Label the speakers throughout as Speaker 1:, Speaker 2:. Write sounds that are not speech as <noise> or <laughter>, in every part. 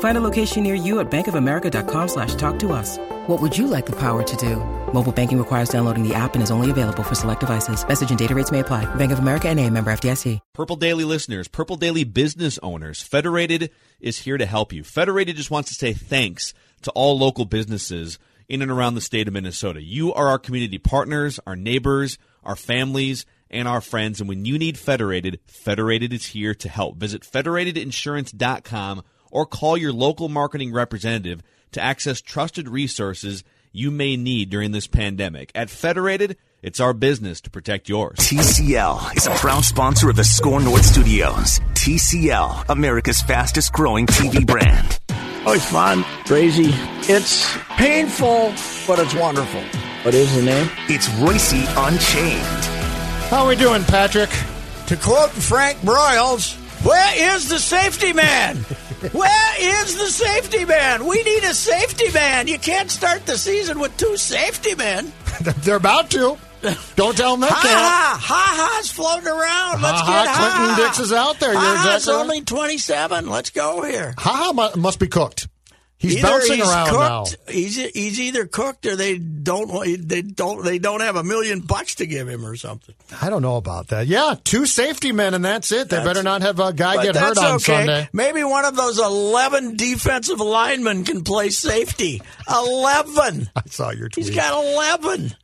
Speaker 1: Find a location near you at bankofamerica.com slash talk to us. What would you like the power to do? Mobile banking requires downloading the app and is only available for select devices. Message and data rates may apply. Bank of America and a member FDIC.
Speaker 2: Purple Daily listeners, Purple Daily business owners, Federated is here to help you. Federated just wants to say thanks to all local businesses in and around the state of Minnesota. You are our community partners, our neighbors, our families, and our friends. And when you need Federated, Federated is here to help. Visit federatedinsurance.com or call your local marketing representative to access trusted resources you may need during this pandemic. At Federated, it's our business to protect yours.
Speaker 3: TCL is a proud sponsor of the Score North Studios. TCL, America's fastest growing TV brand.
Speaker 4: Oh, it's fun, crazy. It's painful, but it's wonderful. What is the name?
Speaker 3: It's Royce Unchained.
Speaker 4: How are we doing, Patrick? To quote Frank Broyles, where is the safety man? Where is the safety man? We need a safety man. You can't start the season with two safety men.
Speaker 5: They're about to. Don't tell them they
Speaker 4: Ha
Speaker 5: can't.
Speaker 4: ha! Ha ha's floating around. Let's
Speaker 5: Ha-ha,
Speaker 4: get
Speaker 5: Clinton
Speaker 4: ha
Speaker 5: Dix is out there. You're
Speaker 4: Ha ha's
Speaker 5: exactly right.
Speaker 4: only 27. Let's go here.
Speaker 5: Haha mu- must be cooked. He's
Speaker 4: Either
Speaker 5: bouncing
Speaker 4: he's
Speaker 5: around
Speaker 4: cooked, He's he's either cooked or they don't want- they don't they don't have a million bucks to give him or something.
Speaker 5: now. I don't know about that. Yeah, two safety men, and that's it. They better not have a guy
Speaker 4: But
Speaker 5: get hurt
Speaker 4: that's
Speaker 5: on
Speaker 4: okay.
Speaker 5: Sunday.
Speaker 4: Maybe one of those eleven defensive linemen can play safety.
Speaker 5: <laughs>
Speaker 4: Eleven.
Speaker 5: I saw your tweet.
Speaker 4: He's got eleven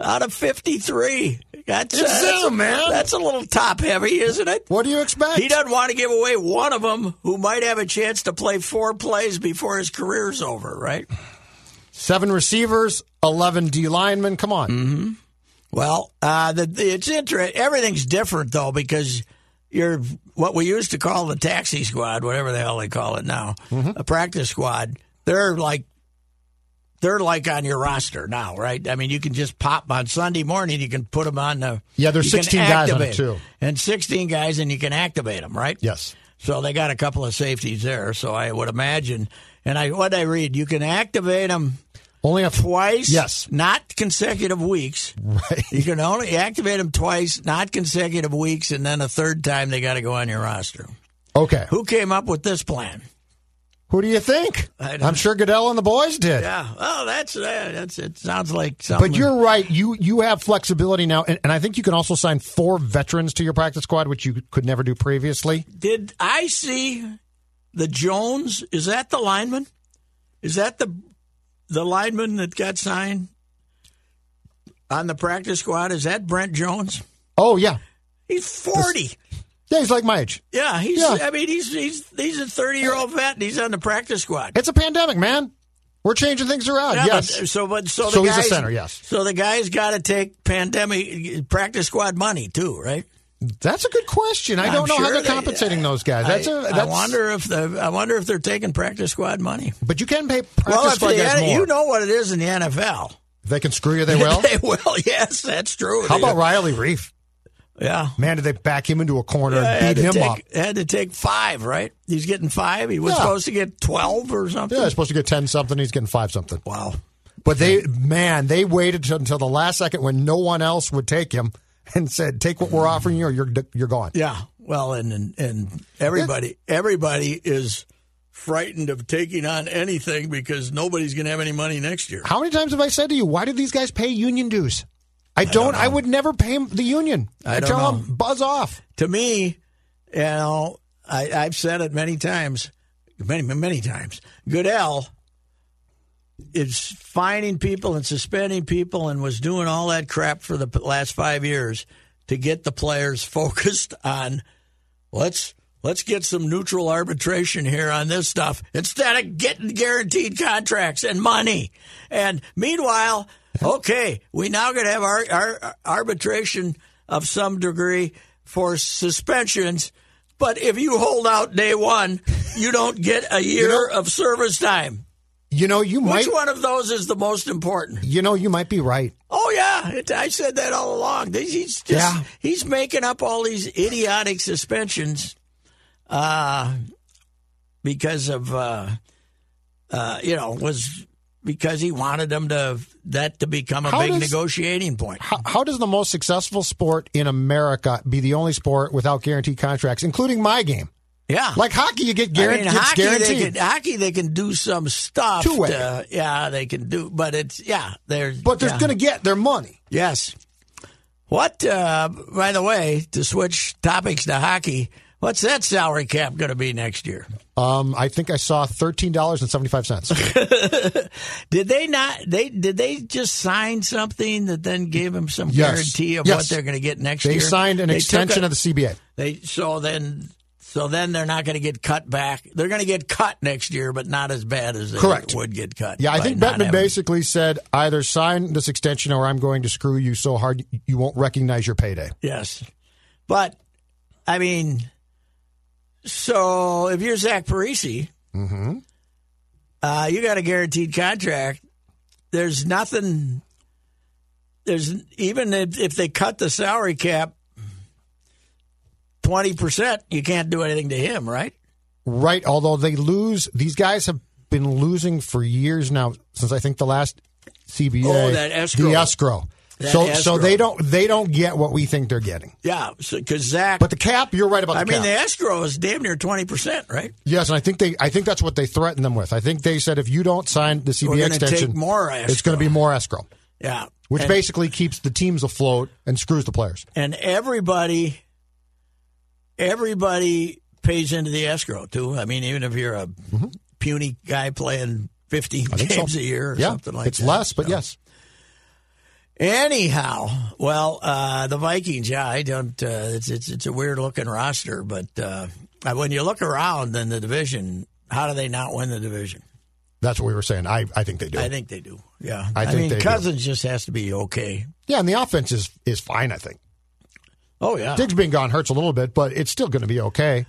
Speaker 4: out of fifty-three. That's
Speaker 5: It's
Speaker 4: that's-
Speaker 5: him, man.
Speaker 4: That's a little top heavy, isn't it?
Speaker 5: what do you expect?
Speaker 4: He doesn't want to give away one of them who might have a chance to play four plays before his career's over, right?
Speaker 5: Seven receivers, eleven D linemen. Come on,
Speaker 4: Mm-hmm. Well, uh, the, the, it's interesting. Everything's different though because you're what we used to call the taxi squad, whatever the hell they call it now,
Speaker 5: Mm-hmm.
Speaker 4: a practice squad. They're like they're like on your roster now, right? I mean, you can just pop 'em on Sunday morning. You can put them on the
Speaker 5: Yeah, there's
Speaker 4: you can
Speaker 5: 16 guys on it,
Speaker 4: activate 'em.
Speaker 5: too.
Speaker 4: and sixteen guys, and you can activate them, right?
Speaker 5: yes,
Speaker 4: So they got a couple of safeties there. So I would imagine, and I what I read, you can activate them
Speaker 5: only a <laughs>
Speaker 4: twice.
Speaker 5: Yes.
Speaker 4: Not consecutive weeks. Right. You can only activate them twice, not consecutive weeks, and then a third time they got to go on your roster.
Speaker 5: Okay, who,
Speaker 4: Who came up with this plan?
Speaker 5: do you think?
Speaker 4: I don't-
Speaker 5: I'm sure Goodell and the boys did.
Speaker 4: Yeah. Oh, that's uh, that's it. Sounds like something.
Speaker 5: But you're right. You you have flexibility now, and, and I think you can also sign four veterans to your practice squad, which you could never do previously.
Speaker 4: Did I see the Jones? Is that the lineman? Is that the the lineman that got signed on the practice squad? Is that Brent Jones?
Speaker 5: Oh yeah,
Speaker 4: He's forty.
Speaker 5: yeah. He's like my age.
Speaker 4: yeah, he's.
Speaker 5: Yeah.
Speaker 4: I mean, he's he's he's a thirty year old vet, and he's on the practice squad.
Speaker 5: It's a pandemic, man. We're changing things around.
Speaker 4: Yeah,
Speaker 5: yes.
Speaker 4: But, so, but so the
Speaker 5: So he's a
Speaker 4: guys,
Speaker 5: center, yes.
Speaker 4: So the guy's got to take pandemic practice squad money too, right?
Speaker 5: that's a good question. I
Speaker 4: I'm
Speaker 5: don't know how
Speaker 4: sure
Speaker 5: they're
Speaker 4: they-
Speaker 5: compensating those guys. Uh, That's
Speaker 4: I-
Speaker 5: a
Speaker 4: I
Speaker 5: that's,
Speaker 4: wonder if the I wonder if they're taking practice squad money.
Speaker 5: But you can pay practice squad
Speaker 4: the,
Speaker 5: guys
Speaker 4: N-
Speaker 5: more.
Speaker 4: you know what it is in the <laughs> NFL.
Speaker 5: If they can screw
Speaker 4: <laughs>
Speaker 5: you. They will.
Speaker 4: they will. Yes, that's true.
Speaker 5: how
Speaker 4: They-
Speaker 5: about Riley Reef?
Speaker 4: yeah?
Speaker 5: Man, did they back him into a corner
Speaker 4: had
Speaker 5: and beat
Speaker 4: to
Speaker 5: him
Speaker 4: take,
Speaker 5: up?
Speaker 4: Had to take five, right? He's getting five. He was
Speaker 5: Yeah.
Speaker 4: supposed to get twelve or something.
Speaker 5: Yeah, he's supposed to get ten something. He's getting five something.
Speaker 4: Wow.
Speaker 5: But they, man, they waited till- until the last second when no one else would take him and said, "Take what we're offering you, or you're you're gone."
Speaker 4: Yeah. Well, and and, and everybody everybody is frightened of taking on anything because nobody's going to have any money next year.
Speaker 5: How many times have I said to you, why do these guys pay union dues? I don't. I, would never pay 'em the union.
Speaker 4: I don't
Speaker 5: tell
Speaker 4: know.
Speaker 5: them buzz off.
Speaker 4: To me, you know, I, I've said it many times, many many times. Goodell is fining people and suspending people and was doing all that crap for the p- last five years to get the players <laughs> focused on let's let's get some neutral arbitration here on this stuff instead of getting guaranteed contracts and money. And meanwhile, okay, we now going to have our, our arbitration of some degree for suspensions. But if you hold out day one, you don't get a year of service time.
Speaker 5: You know, you might.
Speaker 4: Which one of those is the most important?
Speaker 5: You know, you might be right.
Speaker 4: Oh yeah, it, I said that all along. He's he's just
Speaker 5: Yeah.
Speaker 4: he's making up all these idiotic suspensions, uh, because of uh, uh, you know was because he wanted them to that to become a
Speaker 5: How
Speaker 4: big
Speaker 5: does-
Speaker 4: negotiating point.
Speaker 5: How, how does the most successful sport in America be the only sport without guaranteed contracts, including my game?
Speaker 4: yeah,
Speaker 5: Like hockey, you get
Speaker 4: I
Speaker 5: guaranteed.
Speaker 4: mean, hockey
Speaker 5: guaranteed.
Speaker 4: they can hockey they can do some stuff.
Speaker 5: Two-way.
Speaker 4: to- yeah, they can do, but it's yeah, they're
Speaker 5: but they're
Speaker 4: yeah.
Speaker 5: going to get their money.
Speaker 4: Yes. What, uh, by the way, to switch topics to hockey, what's that salary cap going to be next year?
Speaker 5: Um, I think I saw thirteen dollars and seventy
Speaker 4: <laughs>
Speaker 5: five cents.
Speaker 4: Did they not? They did they just sign something that then gave them some
Speaker 5: Yes.
Speaker 4: guarantee of
Speaker 5: Yes.
Speaker 4: what they're going to get next
Speaker 5: They
Speaker 4: year?
Speaker 5: signed an
Speaker 4: They took
Speaker 5: extension
Speaker 4: a-
Speaker 5: of the CBA.
Speaker 4: They so then so then they're not going to get cut back. They're going to get cut next year, but not as bad as they
Speaker 5: Correct.
Speaker 4: would get cut.
Speaker 5: Yeah, I
Speaker 4: by
Speaker 5: think
Speaker 4: not
Speaker 5: Bettman
Speaker 4: having-
Speaker 5: basically said either sign this extension or I'm going to screw you so hard you won't recognize your payday.
Speaker 4: Yes. But, I mean, so if you're Zach Parisi,
Speaker 5: Mm-hmm.
Speaker 4: uh, you got a guaranteed contract. There's nothing, there's even if, if they cut the salary cap 20%, you can't do anything to him, right?
Speaker 5: Right, although they lose, these guys have been losing for years now since I think the last CBA.
Speaker 4: Oh, that escrow.
Speaker 5: The escrow.
Speaker 4: That
Speaker 5: so
Speaker 4: escrow.
Speaker 5: so they don't they don't get what we think they're getting.
Speaker 4: Yeah. Because Zach,
Speaker 5: But the cap, you're right about the
Speaker 4: I mean,
Speaker 5: cap.
Speaker 4: the escrow is damn near 20%, right?
Speaker 5: yes, and I think they I think that's what they threatened them with. I think they said if you don't sign the
Speaker 4: We're
Speaker 5: CBA
Speaker 4: gonna
Speaker 5: extension,
Speaker 4: take more
Speaker 5: it's going to be more escrow,
Speaker 4: Yeah.
Speaker 5: which
Speaker 4: And-
Speaker 5: basically keeps the teams afloat and screws the players.
Speaker 4: and everybody everybody pays into the escrow too. I mean, even if you're a puny guy playing fifteen
Speaker 5: Mm-hmm. I think so.
Speaker 4: games a year or
Speaker 5: yeah,
Speaker 4: something like
Speaker 5: it's
Speaker 4: that.
Speaker 5: less, but yes.
Speaker 4: Anyhow, well, uh, the Vikings, yeah, I don't. Uh, it's, it's it's a weird looking roster, but uh, when you look around in the division, how do they not win the division?
Speaker 5: That's what we were saying. I, I think they do.
Speaker 4: I think they do. Yeah,
Speaker 5: I think
Speaker 4: mean,
Speaker 5: they do.
Speaker 4: Cousins just has to be okay.
Speaker 5: yeah, and the offense is, is fine, I think.
Speaker 4: Oh yeah,
Speaker 5: <laughs> Diggs being gone hurts a little bit, but it's still going to be okay.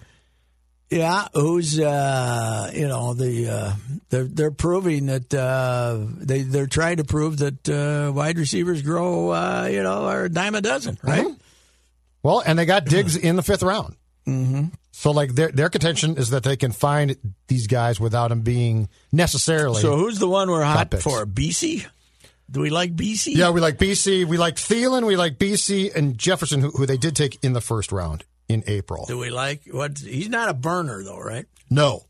Speaker 4: Yeah, who's uh, you know the uh, they're they're proving that uh, they they're trying to prove that uh, wide receivers grow uh, you know are a dime a dozen, right?
Speaker 5: Mm-hmm. Well, and they got Diggs in the fifth round. Mm-hmm. So, like, their, their contention is that they can find these guys without them being necessarily.
Speaker 4: So who's the one we're hot
Speaker 5: Top picks.
Speaker 4: for? BC? Do we like BC?
Speaker 5: yeah, we like BC. We like Thielen. We like BC and Jefferson, who, who they did take in the first round in April.
Speaker 4: Do we like what? He's not a burner though, right?
Speaker 5: No.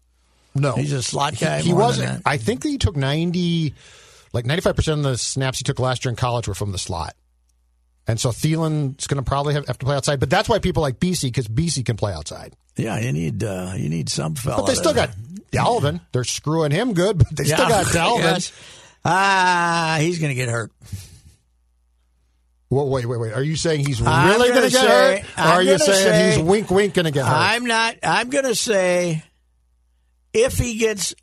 Speaker 5: No.
Speaker 4: He's a slot guy.
Speaker 5: He
Speaker 4: more than
Speaker 5: wasn't.
Speaker 4: that.
Speaker 5: I think that he took ninety, like ninety five percent of the snaps he took last year in college were from the slot, and so Thielen's going to probably have, have to play outside. But that's why people like BC because BC can play outside.
Speaker 4: Yeah, you need uh, you need some fella.
Speaker 5: But they still
Speaker 4: to-
Speaker 5: got Dalvin. They're screwing him good, but they
Speaker 4: <laughs>
Speaker 5: still got Dalvin.
Speaker 4: yes. Ah, he's gonna get hurt.
Speaker 5: Whoa, wait, wait, wait. Are you saying he's
Speaker 4: I'm
Speaker 5: really going
Speaker 4: gonna
Speaker 5: to get
Speaker 4: say-
Speaker 5: hurt? Or
Speaker 4: I'm
Speaker 5: are you
Speaker 4: gonna
Speaker 5: saying
Speaker 4: say-
Speaker 5: he's wink, wink going to get hurt?
Speaker 4: I'm not. I'm going to say if he gets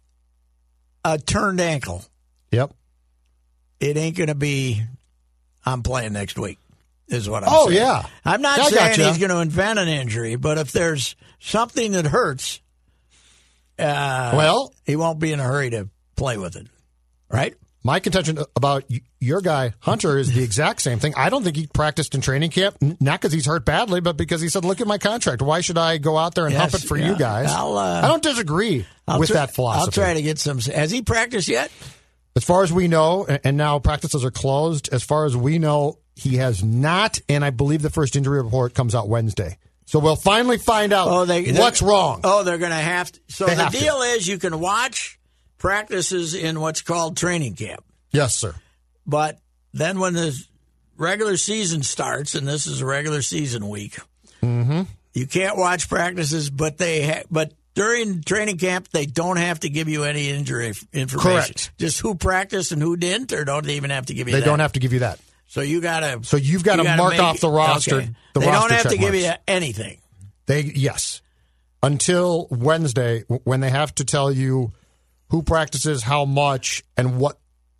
Speaker 4: a turned ankle,
Speaker 5: yep.
Speaker 4: it ain't going to be. I'm playing next week. Is what I'm
Speaker 5: Oh,
Speaker 4: saying.
Speaker 5: yeah.
Speaker 4: I'm not
Speaker 5: Yeah, I
Speaker 4: saying
Speaker 5: gotcha.
Speaker 4: he's going to invent an injury, but if there's something that hurts, uh,
Speaker 5: well,
Speaker 4: he won't be in a hurry to play with it, right?
Speaker 5: My contention about y- your guy Hunter is the exact same thing. I don't think he practiced in training camp, n- not because he's hurt badly, but because he said, "Look at my contract. Why should I go out there and
Speaker 4: Yes,
Speaker 5: hump it for
Speaker 4: yeah.
Speaker 5: you guys?"
Speaker 4: I'll, uh,
Speaker 5: I don't disagree
Speaker 4: I'll
Speaker 5: with
Speaker 4: try-
Speaker 5: that philosophy.
Speaker 4: I'll try to get some. Has he practiced yet?
Speaker 5: As far as we know, a- and now practices are closed. As far as we know, he has not, and I believe the first injury report comes out Wednesday. So we'll finally find out
Speaker 4: Oh, they they're-
Speaker 5: what's wrong.
Speaker 4: Oh, they're going to have to. So
Speaker 5: They
Speaker 4: the
Speaker 5: have to.
Speaker 4: deal is you can watch practices in what's called training camp,
Speaker 5: Yes, sir.
Speaker 4: but then when the regular season starts, and this is a regular season week,
Speaker 5: Mm-hmm.
Speaker 4: you can't watch practices. But they ha- but during training camp, they don't have to give you any injury f- information.
Speaker 5: Correct.
Speaker 4: Just who practiced and who didn't, or don't they even have to give you?
Speaker 5: They
Speaker 4: that?
Speaker 5: don't have to give you that.
Speaker 4: So you got to.
Speaker 5: So you've gotta mark off the roster- the
Speaker 4: they
Speaker 5: roster
Speaker 4: don't have
Speaker 5: check
Speaker 4: to give
Speaker 5: marks.
Speaker 4: you anything.
Speaker 5: They yes. Until Wednesday w- when they have to tell you who practices how much and what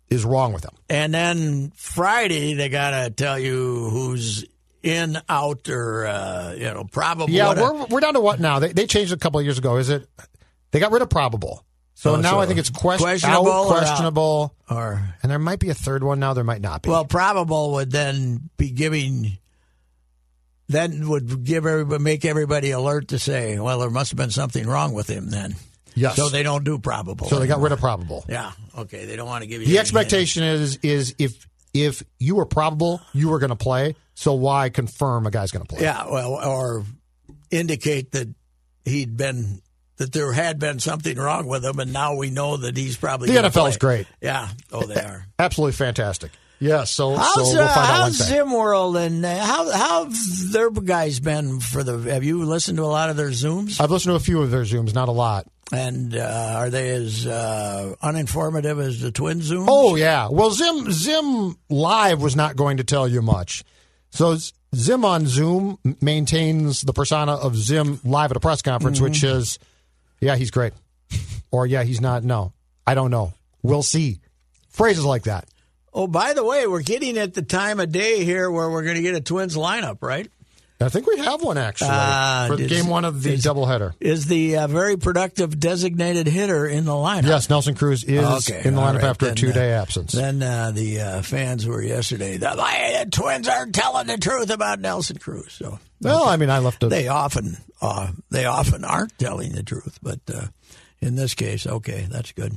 Speaker 5: is wrong with them.
Speaker 4: And then Friday, they got to tell you who's in, out, or, uh, you know, probable.
Speaker 5: Yeah,
Speaker 4: what a-
Speaker 5: we're, we're down to what now? They, they changed it a couple of years ago. Is it? They got rid of probable. So
Speaker 4: Oh,
Speaker 5: now
Speaker 4: so
Speaker 5: I think it's question,
Speaker 4: questionable
Speaker 5: out,
Speaker 4: or out?
Speaker 5: questionable,
Speaker 4: or,
Speaker 5: and there might be a third one now. There might not be.
Speaker 4: well, probable would then be giving, then would give everybody, make everybody alert to say, well, there must have been something wrong with him then.
Speaker 5: yes.
Speaker 4: So they don't do probable.
Speaker 5: so they got rid of probable.
Speaker 4: Yeah. Okay. They don't want to give you
Speaker 5: The
Speaker 4: anything.
Speaker 5: expectation is is if if you were probable, you were going to play. So why confirm a guy's going to play?
Speaker 4: Yeah. Well, or indicate that he'd been that there had been something wrong with him, and now we know that he's probably
Speaker 5: The
Speaker 4: gonna
Speaker 5: NFL
Speaker 4: play.
Speaker 5: is great.
Speaker 4: Yeah. Oh, they are.
Speaker 5: Absolutely fantastic. Yeah. <laughs> So,
Speaker 4: How's,
Speaker 5: so we'll
Speaker 4: uh,
Speaker 5: find out
Speaker 4: how's
Speaker 5: Wednesday.
Speaker 4: Zim World and uh, how how have their guys been for the? Have you listened to a lot of their zooms?
Speaker 5: I've listened to a few of their zooms, not a lot.
Speaker 4: and uh, are they as uh, uninformative as the twin zooms?
Speaker 5: Oh yeah. Well, Zim Zim Live was not going to tell you much. So Z- Zim on Zoom m- maintains the persona of Zim live at a press conference,
Speaker 4: Mm-hmm.
Speaker 5: which is, yeah, he's great, <laughs> or yeah, he's not. No, I don't know. We'll see. Phrases like that.
Speaker 4: Oh, by the way, we're getting at the time of day here where we're going to get a Twins lineup, right?
Speaker 5: I think we have one actually
Speaker 4: Ah,
Speaker 5: for
Speaker 4: is-
Speaker 5: game one of the
Speaker 4: is-
Speaker 5: doubleheader.
Speaker 4: Is the uh, very productive designated hitter in the lineup?
Speaker 5: Yes, Nelson Cruz is
Speaker 4: Okay,
Speaker 5: in the
Speaker 4: all
Speaker 5: lineup
Speaker 4: right,
Speaker 5: after a
Speaker 4: then,
Speaker 5: two day
Speaker 4: uh,
Speaker 5: absence.
Speaker 4: Then uh, the uh, fans were yesterday. The, "Hey, the Twins aren't telling the truth about Nelson Cruz. So
Speaker 5: well, I mean, I left a
Speaker 4: they often uh, they often aren't telling the truth, but uh, in this case, okay, that's good.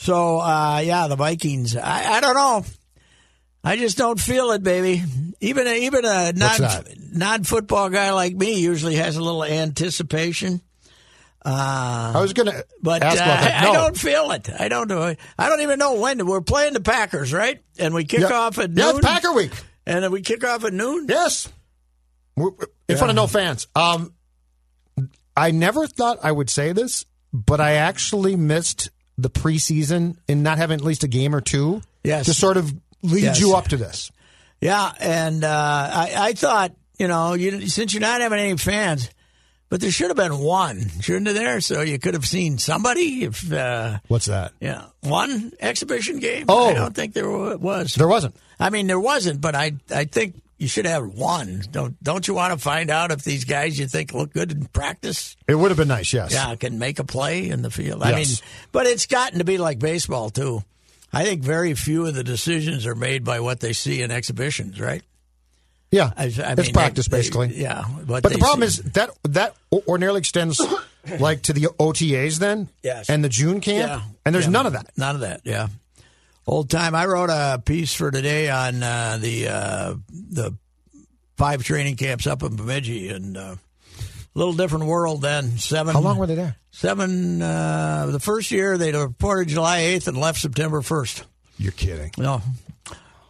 Speaker 4: So uh, yeah, the Vikings. I, I don't know. I just don't feel it, baby. Even a, even a non
Speaker 5: that?
Speaker 4: non football guy like me usually has a little anticipation.
Speaker 5: I was going to
Speaker 4: But
Speaker 5: ask
Speaker 4: uh,
Speaker 5: about that.
Speaker 4: I,
Speaker 5: No.
Speaker 4: I don't feel it. I don't know. I don't even know when we're playing the Packers, right? And we kick
Speaker 5: Yeah.
Speaker 4: off at noon.
Speaker 5: Yeah, it's Packer week.
Speaker 4: And then we kick off at noon.
Speaker 5: Yes. We're- we're- In front of no fans. Um, I never thought I would say this, but I actually missed the preseason in not having at least a game or two
Speaker 4: Yes.
Speaker 5: to sort of lead
Speaker 4: Yes.
Speaker 5: you up to this.
Speaker 4: Yeah, and uh, I, I thought, you know, you, since you're not having any fans, but there should have been one, shouldn't there? So you could have seen somebody. If uh,
Speaker 5: What's that?
Speaker 4: yeah, one exhibition game.
Speaker 5: Oh.
Speaker 4: I don't think there wa- was.
Speaker 5: There wasn't.
Speaker 4: I mean, there wasn't, but I I think you should have one. Don't don't you want to find out if these guys you think look good in practice?
Speaker 5: It would have been nice, yes.
Speaker 4: Yeah, can make a play in the field. I
Speaker 5: Yes.
Speaker 4: mean, but it's gotten to be like baseball too. I think very few of the decisions are made by what they see in exhibitions, right?
Speaker 5: Yeah.
Speaker 4: I, I mean,
Speaker 5: it's practice,
Speaker 4: they- they-
Speaker 5: basically.
Speaker 4: yeah,
Speaker 5: But the
Speaker 4: they
Speaker 5: problem
Speaker 4: see-
Speaker 5: is that that
Speaker 4: <coughs>
Speaker 5: ordinarily extends like to the OTAs then
Speaker 4: Yes.
Speaker 5: and the June camp,
Speaker 4: Yeah.
Speaker 5: and there's
Speaker 4: Yeah.
Speaker 5: none of that.
Speaker 4: None of that. Yeah. Old time. I wrote a piece for today on uh, the uh, the five training camps up in Bemidji, and uh, a little different world then. Seven.
Speaker 5: How long were they there?
Speaker 4: Seven. Uh, the first year they departed July eighth and left September first.
Speaker 5: You're kidding.
Speaker 4: No.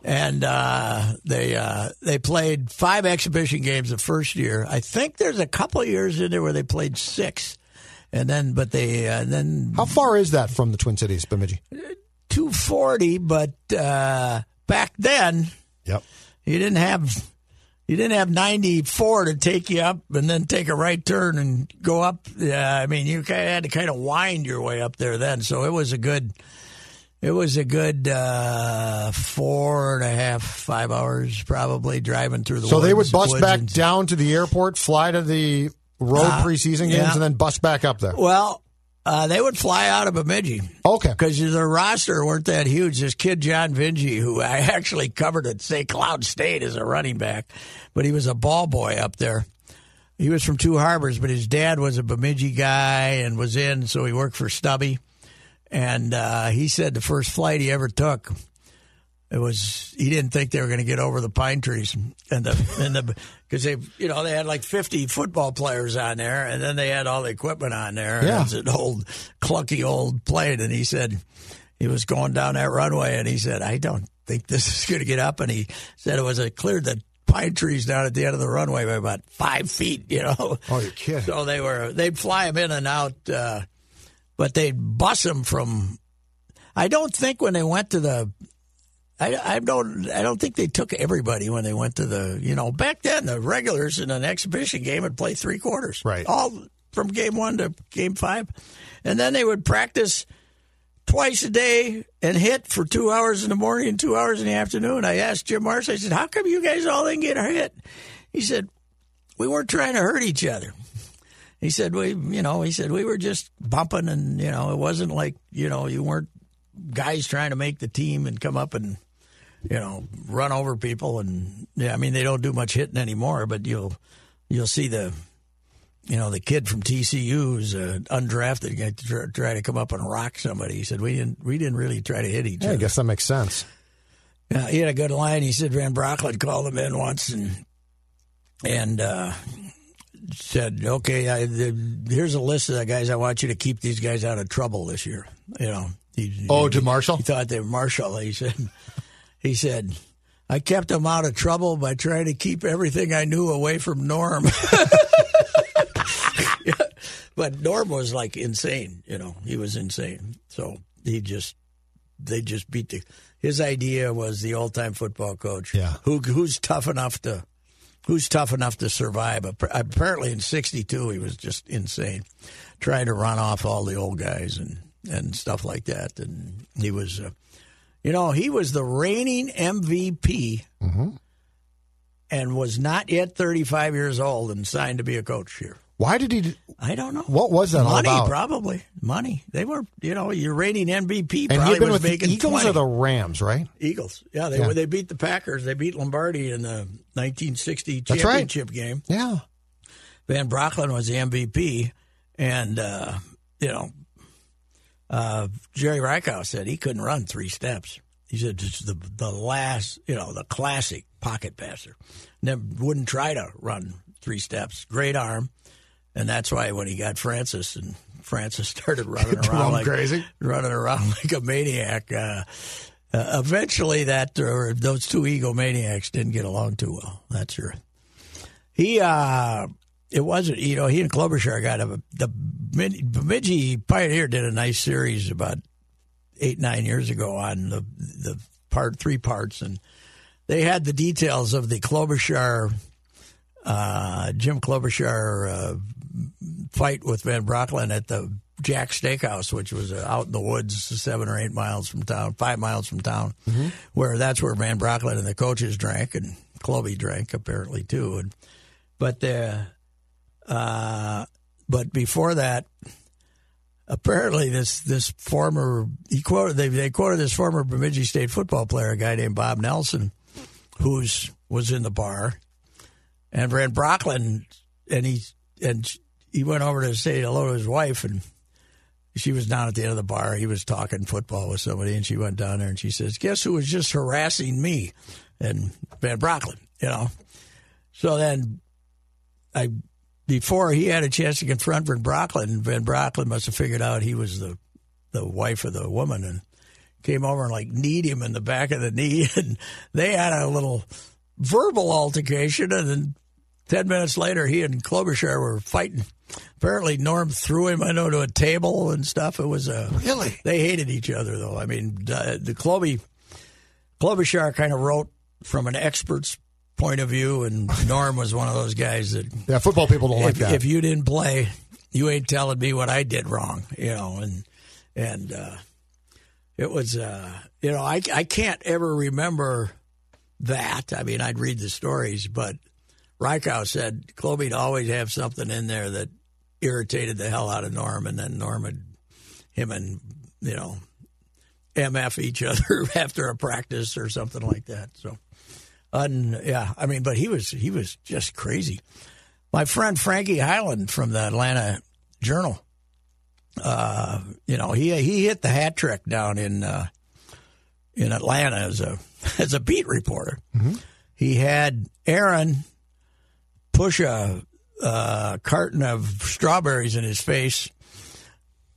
Speaker 4: And uh, they uh, they played five exhibition games the first year. I think there's a couple of years in there where they played six, and then but they uh, then
Speaker 5: How far is that from the Twin Cities, Bemidji?
Speaker 4: two forty. But uh, back then
Speaker 5: Yep.
Speaker 4: you didn't have you didn't have ninety four to take you up and then take a right turn and go up. Yeah, I mean you kind of had to kind of wind your way up there then. So it was a good it was a good uh, four and a half five hours probably driving through the.
Speaker 5: So they would
Speaker 4: woods-
Speaker 5: bus
Speaker 4: woods
Speaker 5: back
Speaker 4: and-
Speaker 5: down to the airport, fly to the road preseason games,
Speaker 4: Ah, yeah.
Speaker 5: and then bus back up there.
Speaker 4: Well, uh, they would fly out of Bemidji.
Speaker 5: Okay.
Speaker 4: because their roster weren't that huge. This kid John Vingy, who I <laughs> actually covered at St. Cloud State as a running back, but he was a ball boy up there. He was from Two Harbors, but his dad was a Bemidji guy and was in, so he worked for Stubby. And uh, he said the first flight he ever took, it was he didn't think they were going to get over the pine trees and the and the because they you know they had like fifty football players on there, and then they had all the equipment on there.
Speaker 5: Yeah.
Speaker 4: and it's an old clunky old plane, and he said he was going down that runway, and he said I don't think this is going to get up, and he said it was a cleared the pine trees down at the end of the runway by about five feet, you know.
Speaker 5: Oh, you're kidding.
Speaker 4: So they were they'd fly them in and out, uh, but they'd bus them from. I don't think when they went to the I, I don't I don't think they took everybody when they went to the you know back then the regulars in an exhibition game would play three quarters
Speaker 5: Right.
Speaker 4: all from game one to game five, and then they would practice twice a day and hit for two hours in the morning and two hours in the afternoon. I asked Jim Marsh, I said, "How come you guys all didn't get hit?" He said, "We weren't trying to hurt each other." He said, "We, you know," he said, "We were just bumping, and you know, it wasn't like you know you weren't guys trying to make the team and come up and." you know, run over people and yeah, I mean they don't do much hitting anymore, but you'll you'll see the you know the kid from TCU who's uh, undrafted guy to try, try to come up and rock somebody. He said we didn't we didn't really try to hit each
Speaker 5: Yeah, I
Speaker 4: other.
Speaker 5: guess that makes sense.
Speaker 4: Yeah, Uh, he had a good line. He said Van Brocklin called him in once and and uh, said, "Okay, I, the, here's a list of the guys I want you to keep these guys out of trouble this year." You know, he,
Speaker 5: Oh, to Marshall?
Speaker 4: He thought they were Marshall. He said, "He said." I kept them out of trouble by trying to keep everything I knew away from Norm. <laughs> but Norm was like insane, you know. He was insane. So he just they just beat the. His idea was the all-time football coach.
Speaker 5: Yeah.
Speaker 4: who who's tough enough to, who's tough enough to survive. Appa- Apparently, in '62, he was just insane, trying to run off all the old guys and and stuff like that. And he was, uh, you know, he was the reigning MVP.
Speaker 5: Mm-hmm.
Speaker 4: And was not yet 35 years old and signed to be a coach here.
Speaker 5: Why did he?
Speaker 4: I don't know.
Speaker 5: What was that all
Speaker 4: Money,
Speaker 5: about?
Speaker 4: probably. Money. They were, you know, your reigning MVP
Speaker 5: And
Speaker 4: probably
Speaker 5: he'd been
Speaker 4: was
Speaker 5: with the
Speaker 4: making
Speaker 5: Eagles
Speaker 4: 20.
Speaker 5: or the Rams, right?
Speaker 4: Eagles. Yeah, they
Speaker 5: Yeah.
Speaker 4: were they beat the Packers. They beat Lombardi in the 1960
Speaker 5: That's right.
Speaker 4: championship game.
Speaker 5: Yeah.
Speaker 4: Van Brocklin was the MVP, and uh, you know, uh, Jerry Reichow said he couldn't run three steps. He said just the the last, you know, the classic pocket passer. Never wouldn't try to run three steps. Great arm, and that's why when he got Francis and Francis <laughs> started running
Speaker 5: Drove
Speaker 4: around
Speaker 5: him
Speaker 4: like
Speaker 5: crazy.
Speaker 4: running around <laughs> like a maniac. Uh, uh, eventually, that or those two egomaniacs didn't get along too well. That's your he uh it wasn't you know he and Klobuchar got a the Bemid- Bemidji Pioneer did a nice series about eight nine years ago on the the part three parts and they had the details of the Klobuchar uh, Jim Klobuchar uh, fight with Van Brocklin at the Jack Steakhouse, which was uh, out in the woods, seven or eight miles from town, five miles from town, where that's where Van Brocklin and the coaches drank, and Clovey drank apparently too. And but the, uh, but before that, apparently this this former he quoted they, they quoted this former Bemidji State football player, a guy named Bob Nelson, who's was in the bar, and Van Brocklin, and he and he went over to say hello to his wife, and she was down at the end of the bar. He was talking football with somebody, and she went down there and she says, "Guess who was just harassing me?" And Van Brocklin, you know. So then, I before he had a chance to confront Van Brocklin, Van Brocklin must have figured out he was the the wife of the woman and came over and like kneed him in the back of the knee, <laughs> and they had a little verbal altercation, and then ten minutes later, he and Klobuchar were fighting. Apparently, Norm threw him I know to a table and stuff. It was a
Speaker 5: Really?
Speaker 4: they hated each other though. I mean, uh, the Kloby Klobuchar kind of wrote from an expert's point of view, and Norm was one of those guys that
Speaker 5: Yeah, football people don't like
Speaker 4: if,
Speaker 5: that.
Speaker 4: if you didn't play, you ain't telling me what I did wrong, you know. And and uh, it was, uh, you know, I I can't ever remember that. I mean, I'd read the stories, but Reichow said Kloby'd always have something in there that irritated the hell out of Norm, and then Norm would him and you know mf each <laughs> other after a practice or something like that. So. Un, yeah, I mean, but he was he was just crazy my friend Frankie Highland from the Atlanta Journal. Uh, you know, he he hit the hat trick down in uh, in Atlanta as a <laughs> as a beat reporter. He had Aaron push a, uh carton of strawberries in his face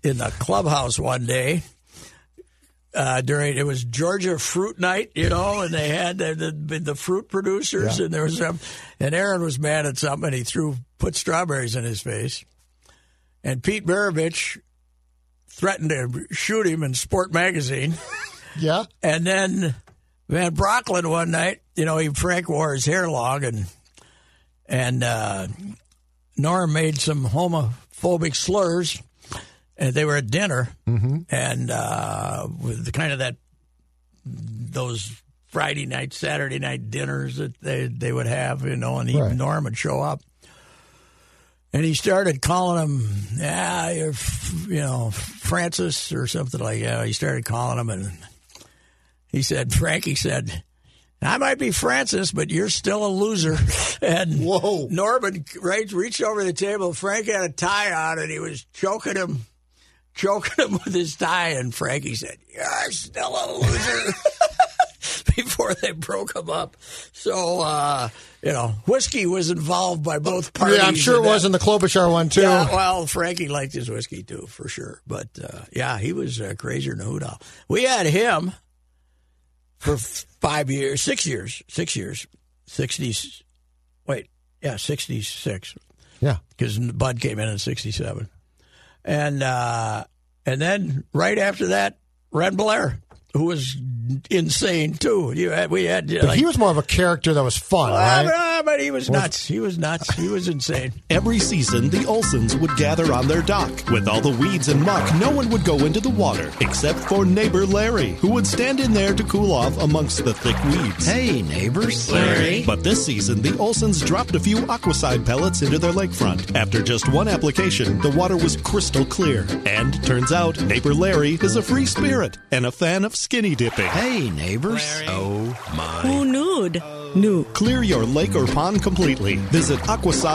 Speaker 4: in the clubhouse one day. Uh, during it was Georgia Fruit Night, you know, and they had the the, the fruit producers, and there was some, and Aaron was mad at something, and he threw put strawberries in his face, and Pete Berovich threatened to shoot him in Sport Magazine.
Speaker 5: yeah.
Speaker 4: And then Van Brocklin one night, you know, he Frank wore his hair long, and and uh, Norm made some homophobic slurs, and Uh, they were at dinner,
Speaker 5: Mm-hmm.
Speaker 4: and uh, with the kind of that those Friday night, Saturday night dinners that they they would have, you know, and he,
Speaker 5: Right.
Speaker 4: Norm would show up. And he started calling him, ah, you're, f- you know, Francis or something like that. He started calling him, and he said, Frankie said, I might be Francis, but you're still a loser. <laughs> And
Speaker 5: Whoa.
Speaker 4: Norman re- reached over the table. Frank had a tie on, and he was choking him, choking him with his tie. And Frankie said, "You're still a loser." <laughs> Before they broke him up, so uh, you know, whiskey was involved by both parties.
Speaker 5: Yeah, I'm sure it
Speaker 4: in that.
Speaker 5: was in the Klobuchar one too.
Speaker 4: Yeah, well, Frankie liked his whiskey too, for sure. But uh, yeah, he was uh, crazier than a hoot owl. We had him for f- five years, six years, six years, sixty. Wait, yeah, sixty-six
Speaker 5: yeah.
Speaker 4: because Bud came in in '67, and uh, and then right after that, Red Blair, who was insane too. You had, we had,
Speaker 5: But he was more of a character that was fun,
Speaker 4: Ah,
Speaker 5: right?
Speaker 4: but, ah, but he was nuts. He was nuts. He was insane.
Speaker 6: Every season, the Olsons would gather on their dock. With all the weeds and muck, no one would go into the water except for neighbor Larry, who would stand in there to cool off amongst the thick weeds.
Speaker 7: Hey, neighbors. Larry.
Speaker 6: But this season, the Olsons dropped a few aquaside pellets into their lakefront. After just one application, the water was crystal clear. And turns out, neighbor Larry is a free spirit and a fan of skinny dipping.
Speaker 7: Hey, neighbors. Oh, my.
Speaker 8: nude?
Speaker 6: Clear your lake or pond completely. Visit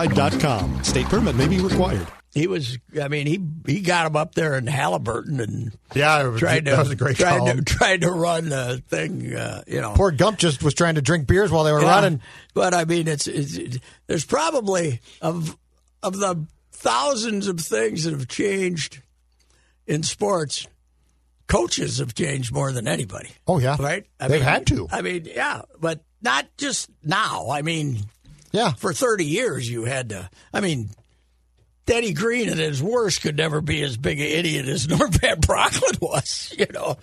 Speaker 6: aquaside.com. State permit may be required.
Speaker 4: he was. I mean, he he got him up there in Halliburton and
Speaker 5: Yeah, it was-
Speaker 4: tried to
Speaker 5: that was a great
Speaker 4: tried
Speaker 5: call.
Speaker 4: to tried to run the thing. Uh, you know,
Speaker 5: Poor Gump just was trying to drink beers while they were
Speaker 4: Yeah.
Speaker 5: running.
Speaker 4: But I mean, it's, it's it, there's probably of of the thousands of things that have changed in sports. Coaches have changed more than anybody,
Speaker 5: Oh yeah,
Speaker 4: right? I
Speaker 5: They've
Speaker 4: mean,
Speaker 5: had to.
Speaker 4: I mean, yeah, but not just now. I mean,
Speaker 5: Yeah,
Speaker 4: for 30 years you had to i mean Denny Green at his worst could never be as big an idiot as <laughs> Norm Van Brocklin was. You know,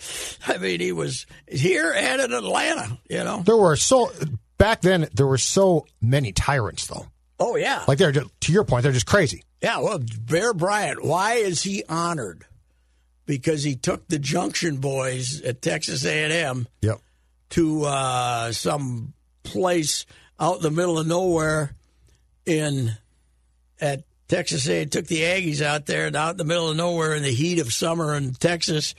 Speaker 4: I mean, he was here and in Atlanta. You know,
Speaker 5: there were so back then there were so many tyrants though.
Speaker 4: oh yeah,
Speaker 5: Like they're just, to your point, they're just crazy.
Speaker 4: yeah. Well, Bear Bryant, why is he honored? Because he took the Junction Boys at Texas A and M
Speaker 5: Yep.
Speaker 4: to uh, some place out in the middle of nowhere in at Texas A. Took the Aggies out there and out in the middle of nowhere in the heat of summer in Texas.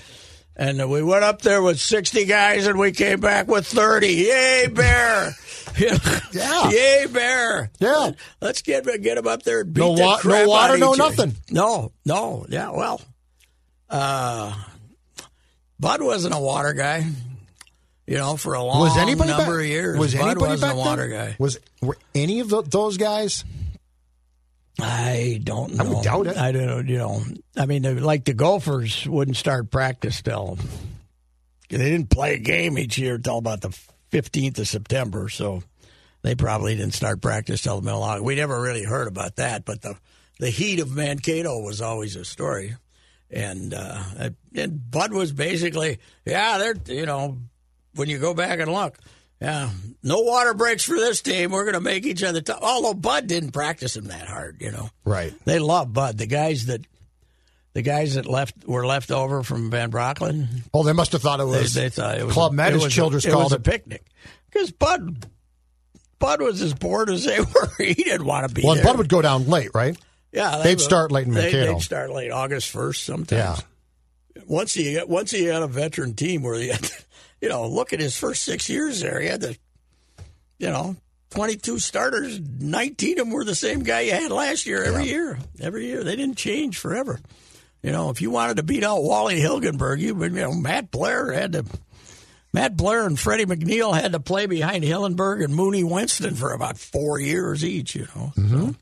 Speaker 4: And we went up there with 60 guys and we came back with 30. Yay, Bear! <laughs>
Speaker 5: Yeah.
Speaker 4: Yay, Bear!
Speaker 5: Yeah.
Speaker 4: Let's get, get them up there and beat
Speaker 5: No
Speaker 4: the
Speaker 5: wa- no
Speaker 4: crap out
Speaker 5: water,
Speaker 4: of
Speaker 5: no
Speaker 4: each other.
Speaker 5: nothing.
Speaker 4: No, no. Yeah, well. Uh, Bud wasn't a water guy. You know, for a long
Speaker 5: was anybody
Speaker 4: number
Speaker 5: back,
Speaker 4: of years,
Speaker 5: Was
Speaker 4: Bud
Speaker 5: anybody
Speaker 4: wasn't
Speaker 5: back
Speaker 4: a water
Speaker 5: then?
Speaker 4: guy.
Speaker 5: Was were any of tho- those guys?
Speaker 4: I don't
Speaker 5: I
Speaker 4: know.
Speaker 5: would doubt it.
Speaker 4: I don't. You know, I mean, they- like the golfers wouldn't start practice till they didn't play a game each year till about the fifteenth of September. So they probably didn't start practice till the middle of August. We never really heard about that, but the the heat of Mankato was always a story. And uh, I- and Bud was basically, yeah, they're you know, when you go back and look. Yeah, no water breaks for this team. We're going to make each other tough. Although Bud didn't practice him that hard, you know.
Speaker 5: Right.
Speaker 4: They love Bud. The guys that the guys that left were left over from Van Brocklin.
Speaker 5: Oh, they must have thought it
Speaker 4: They,
Speaker 5: was.
Speaker 4: they thought it was
Speaker 5: Club Med,
Speaker 4: it
Speaker 5: as
Speaker 4: was
Speaker 5: Childress
Speaker 4: a, it
Speaker 5: called
Speaker 4: was a
Speaker 5: it.
Speaker 4: picnic because Bud Bud was as bored as they <laughs> were. He didn't want to be
Speaker 5: well, and
Speaker 4: there.
Speaker 5: Bud would go down late, right?
Speaker 4: yeah,
Speaker 5: they'd start late in
Speaker 4: they,
Speaker 5: Mankato.
Speaker 4: They'd start late August first sometimes. Once he once he had a veteran team where he had, to- <laughs> you know, look at his first six years there. He had the, you know. 22 starters, 19 of them were the same guy you had last year every year. Every year. They didn't change forever. You know, if you wanted to beat out Wally Hilgenberg, you, you know, Matt Blair had to. Matt Blair and Freddie McNeil had to play behind Hillenberg and Mooney Winston for about four years each. You know, so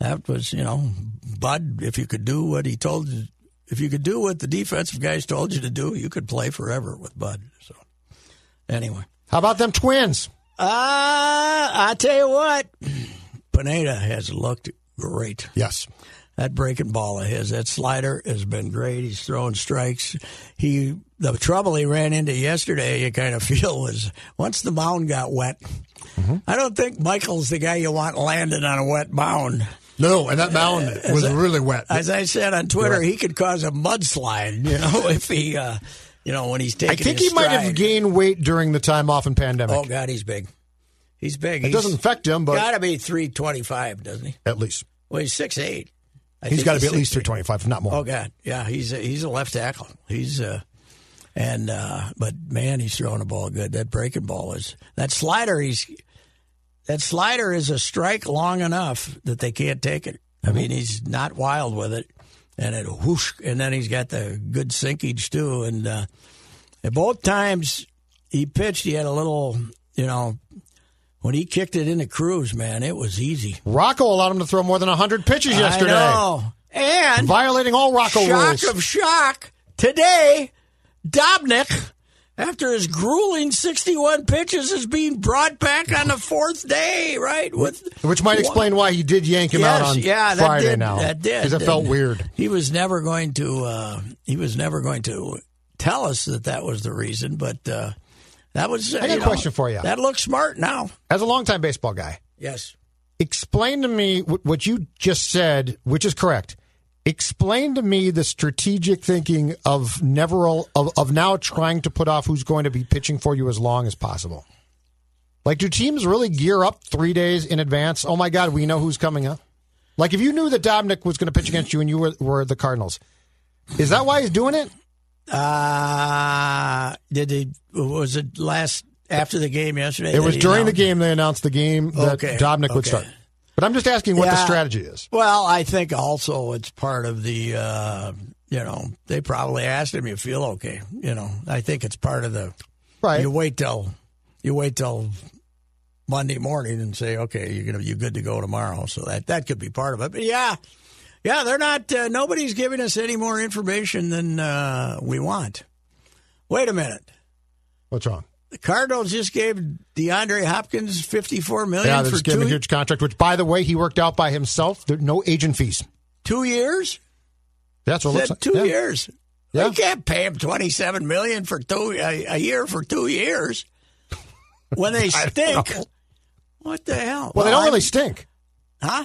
Speaker 4: that was you know, Bud. If you could do what he told, you, if you could do what the defensive guys told you to do, you could play forever with Bud. So anyway,
Speaker 5: How about them twins?
Speaker 4: uh, I tell you what, Pineda has looked great.
Speaker 5: Yes.
Speaker 4: that breaking ball of his. That slider has been great. He's throwing strikes. He the trouble he ran into yesterday, you kind of <laughs> feel was once the mound got wet.
Speaker 5: Mm-hmm.
Speaker 4: I don't think Michael's the guy you want landed on a wet mound.
Speaker 5: No, and that mound was really wet.
Speaker 4: As I said on Twitter, he could cause a mudslide. You know, <laughs> if he, uh, you know, when he's taking.
Speaker 5: I think
Speaker 4: his
Speaker 5: he might have
Speaker 4: stride.
Speaker 5: gained weight during the time off in pandemic.
Speaker 4: Oh God, he's big. He's big.
Speaker 5: it
Speaker 4: He's
Speaker 5: doesn't affect him, but
Speaker 4: got to be three twenty five, doesn't he?
Speaker 5: at least
Speaker 4: Well, he's six eight.
Speaker 5: he's got to be at least three twenty five, if not more.
Speaker 4: Oh God, yeah, he's a, he's a left tackle. He's uh, and uh, but man, he's throwing a ball good. That breaking ball is that slider. He's that slider is a strike long enough that they can't take it. I mean,
Speaker 5: Mm-hmm.
Speaker 4: he's not wild with it, and it whoosh, and then he's got the good sinkage too. And uh, and both times he pitched, he had a little, you know, when he kicked it into Cruz, man, it was easy.
Speaker 5: Rocco allowed him to throw more than hundred pitches <laughs> yesterday,
Speaker 4: I know. And
Speaker 5: violating all Rocco
Speaker 4: shock
Speaker 5: rules.
Speaker 4: of shock today dobnik after his grueling 61 pitches is being brought back on the fourth day right with
Speaker 5: which might explain why he did yank him out on
Speaker 4: yeah, that
Speaker 5: Friday
Speaker 4: did,
Speaker 5: now.
Speaker 4: That did.
Speaker 5: Because it felt
Speaker 4: And
Speaker 5: weird.
Speaker 4: He was never going to. Uh, he was never going to tell us that that was the reason. But uh, that was. I
Speaker 5: got a question for you.
Speaker 4: That looks smart now.
Speaker 5: As a longtime baseball guy,
Speaker 4: Yes.
Speaker 5: explain to me wh- what you just said, which is correct. Explain to me the strategic thinking of never of, of now trying to put off who's going to be pitching for you as long as possible. Like, do teams really gear up three days in advance? Oh my God, we know who's coming up. Like, if you knew that Dobnik was going to pitch against you and you were, were the Cardinals, is that why he's doing it?
Speaker 4: Uh, did they? Was it last after the game yesterday?
Speaker 5: It
Speaker 4: that
Speaker 5: was
Speaker 4: he
Speaker 5: during the
Speaker 4: announced?
Speaker 5: game they announced the game that
Speaker 4: Okay,
Speaker 5: Dobnik would
Speaker 4: okay.
Speaker 5: start. But I'm just asking what the
Speaker 4: Yeah.
Speaker 5: strategy is.
Speaker 4: Well, I think also it's part of the, uh, you know, they probably asked him, "You feel okay?" You know, I think it's part of the.
Speaker 5: Right.
Speaker 4: You wait till, you wait till Monday morning and say, "Okay, you're gonna you're good to go tomorrow." So that that could be part of it. But yeah, yeah, they're not. Uh, nobody's giving us any more information than uh, we want. Wait a minute.
Speaker 5: What's wrong?
Speaker 4: The Cardinals just gave DeAndre Hopkins fifty-four million
Speaker 5: Yeah, they
Speaker 4: for
Speaker 5: just gave him a
Speaker 4: two,
Speaker 5: huge contract, which, by the way, he worked out by himself. There, no agent fees.
Speaker 4: two years.
Speaker 5: That's what it
Speaker 4: Said
Speaker 5: looks like.
Speaker 4: two
Speaker 5: Yeah.
Speaker 4: years.
Speaker 5: Yeah.
Speaker 4: You can't pay him twenty seven million for two a, a year for two years when
Speaker 5: <laughs>
Speaker 4: they stink. What the hell?
Speaker 5: Well, they don't
Speaker 4: I'm-
Speaker 5: really stink.
Speaker 4: huh?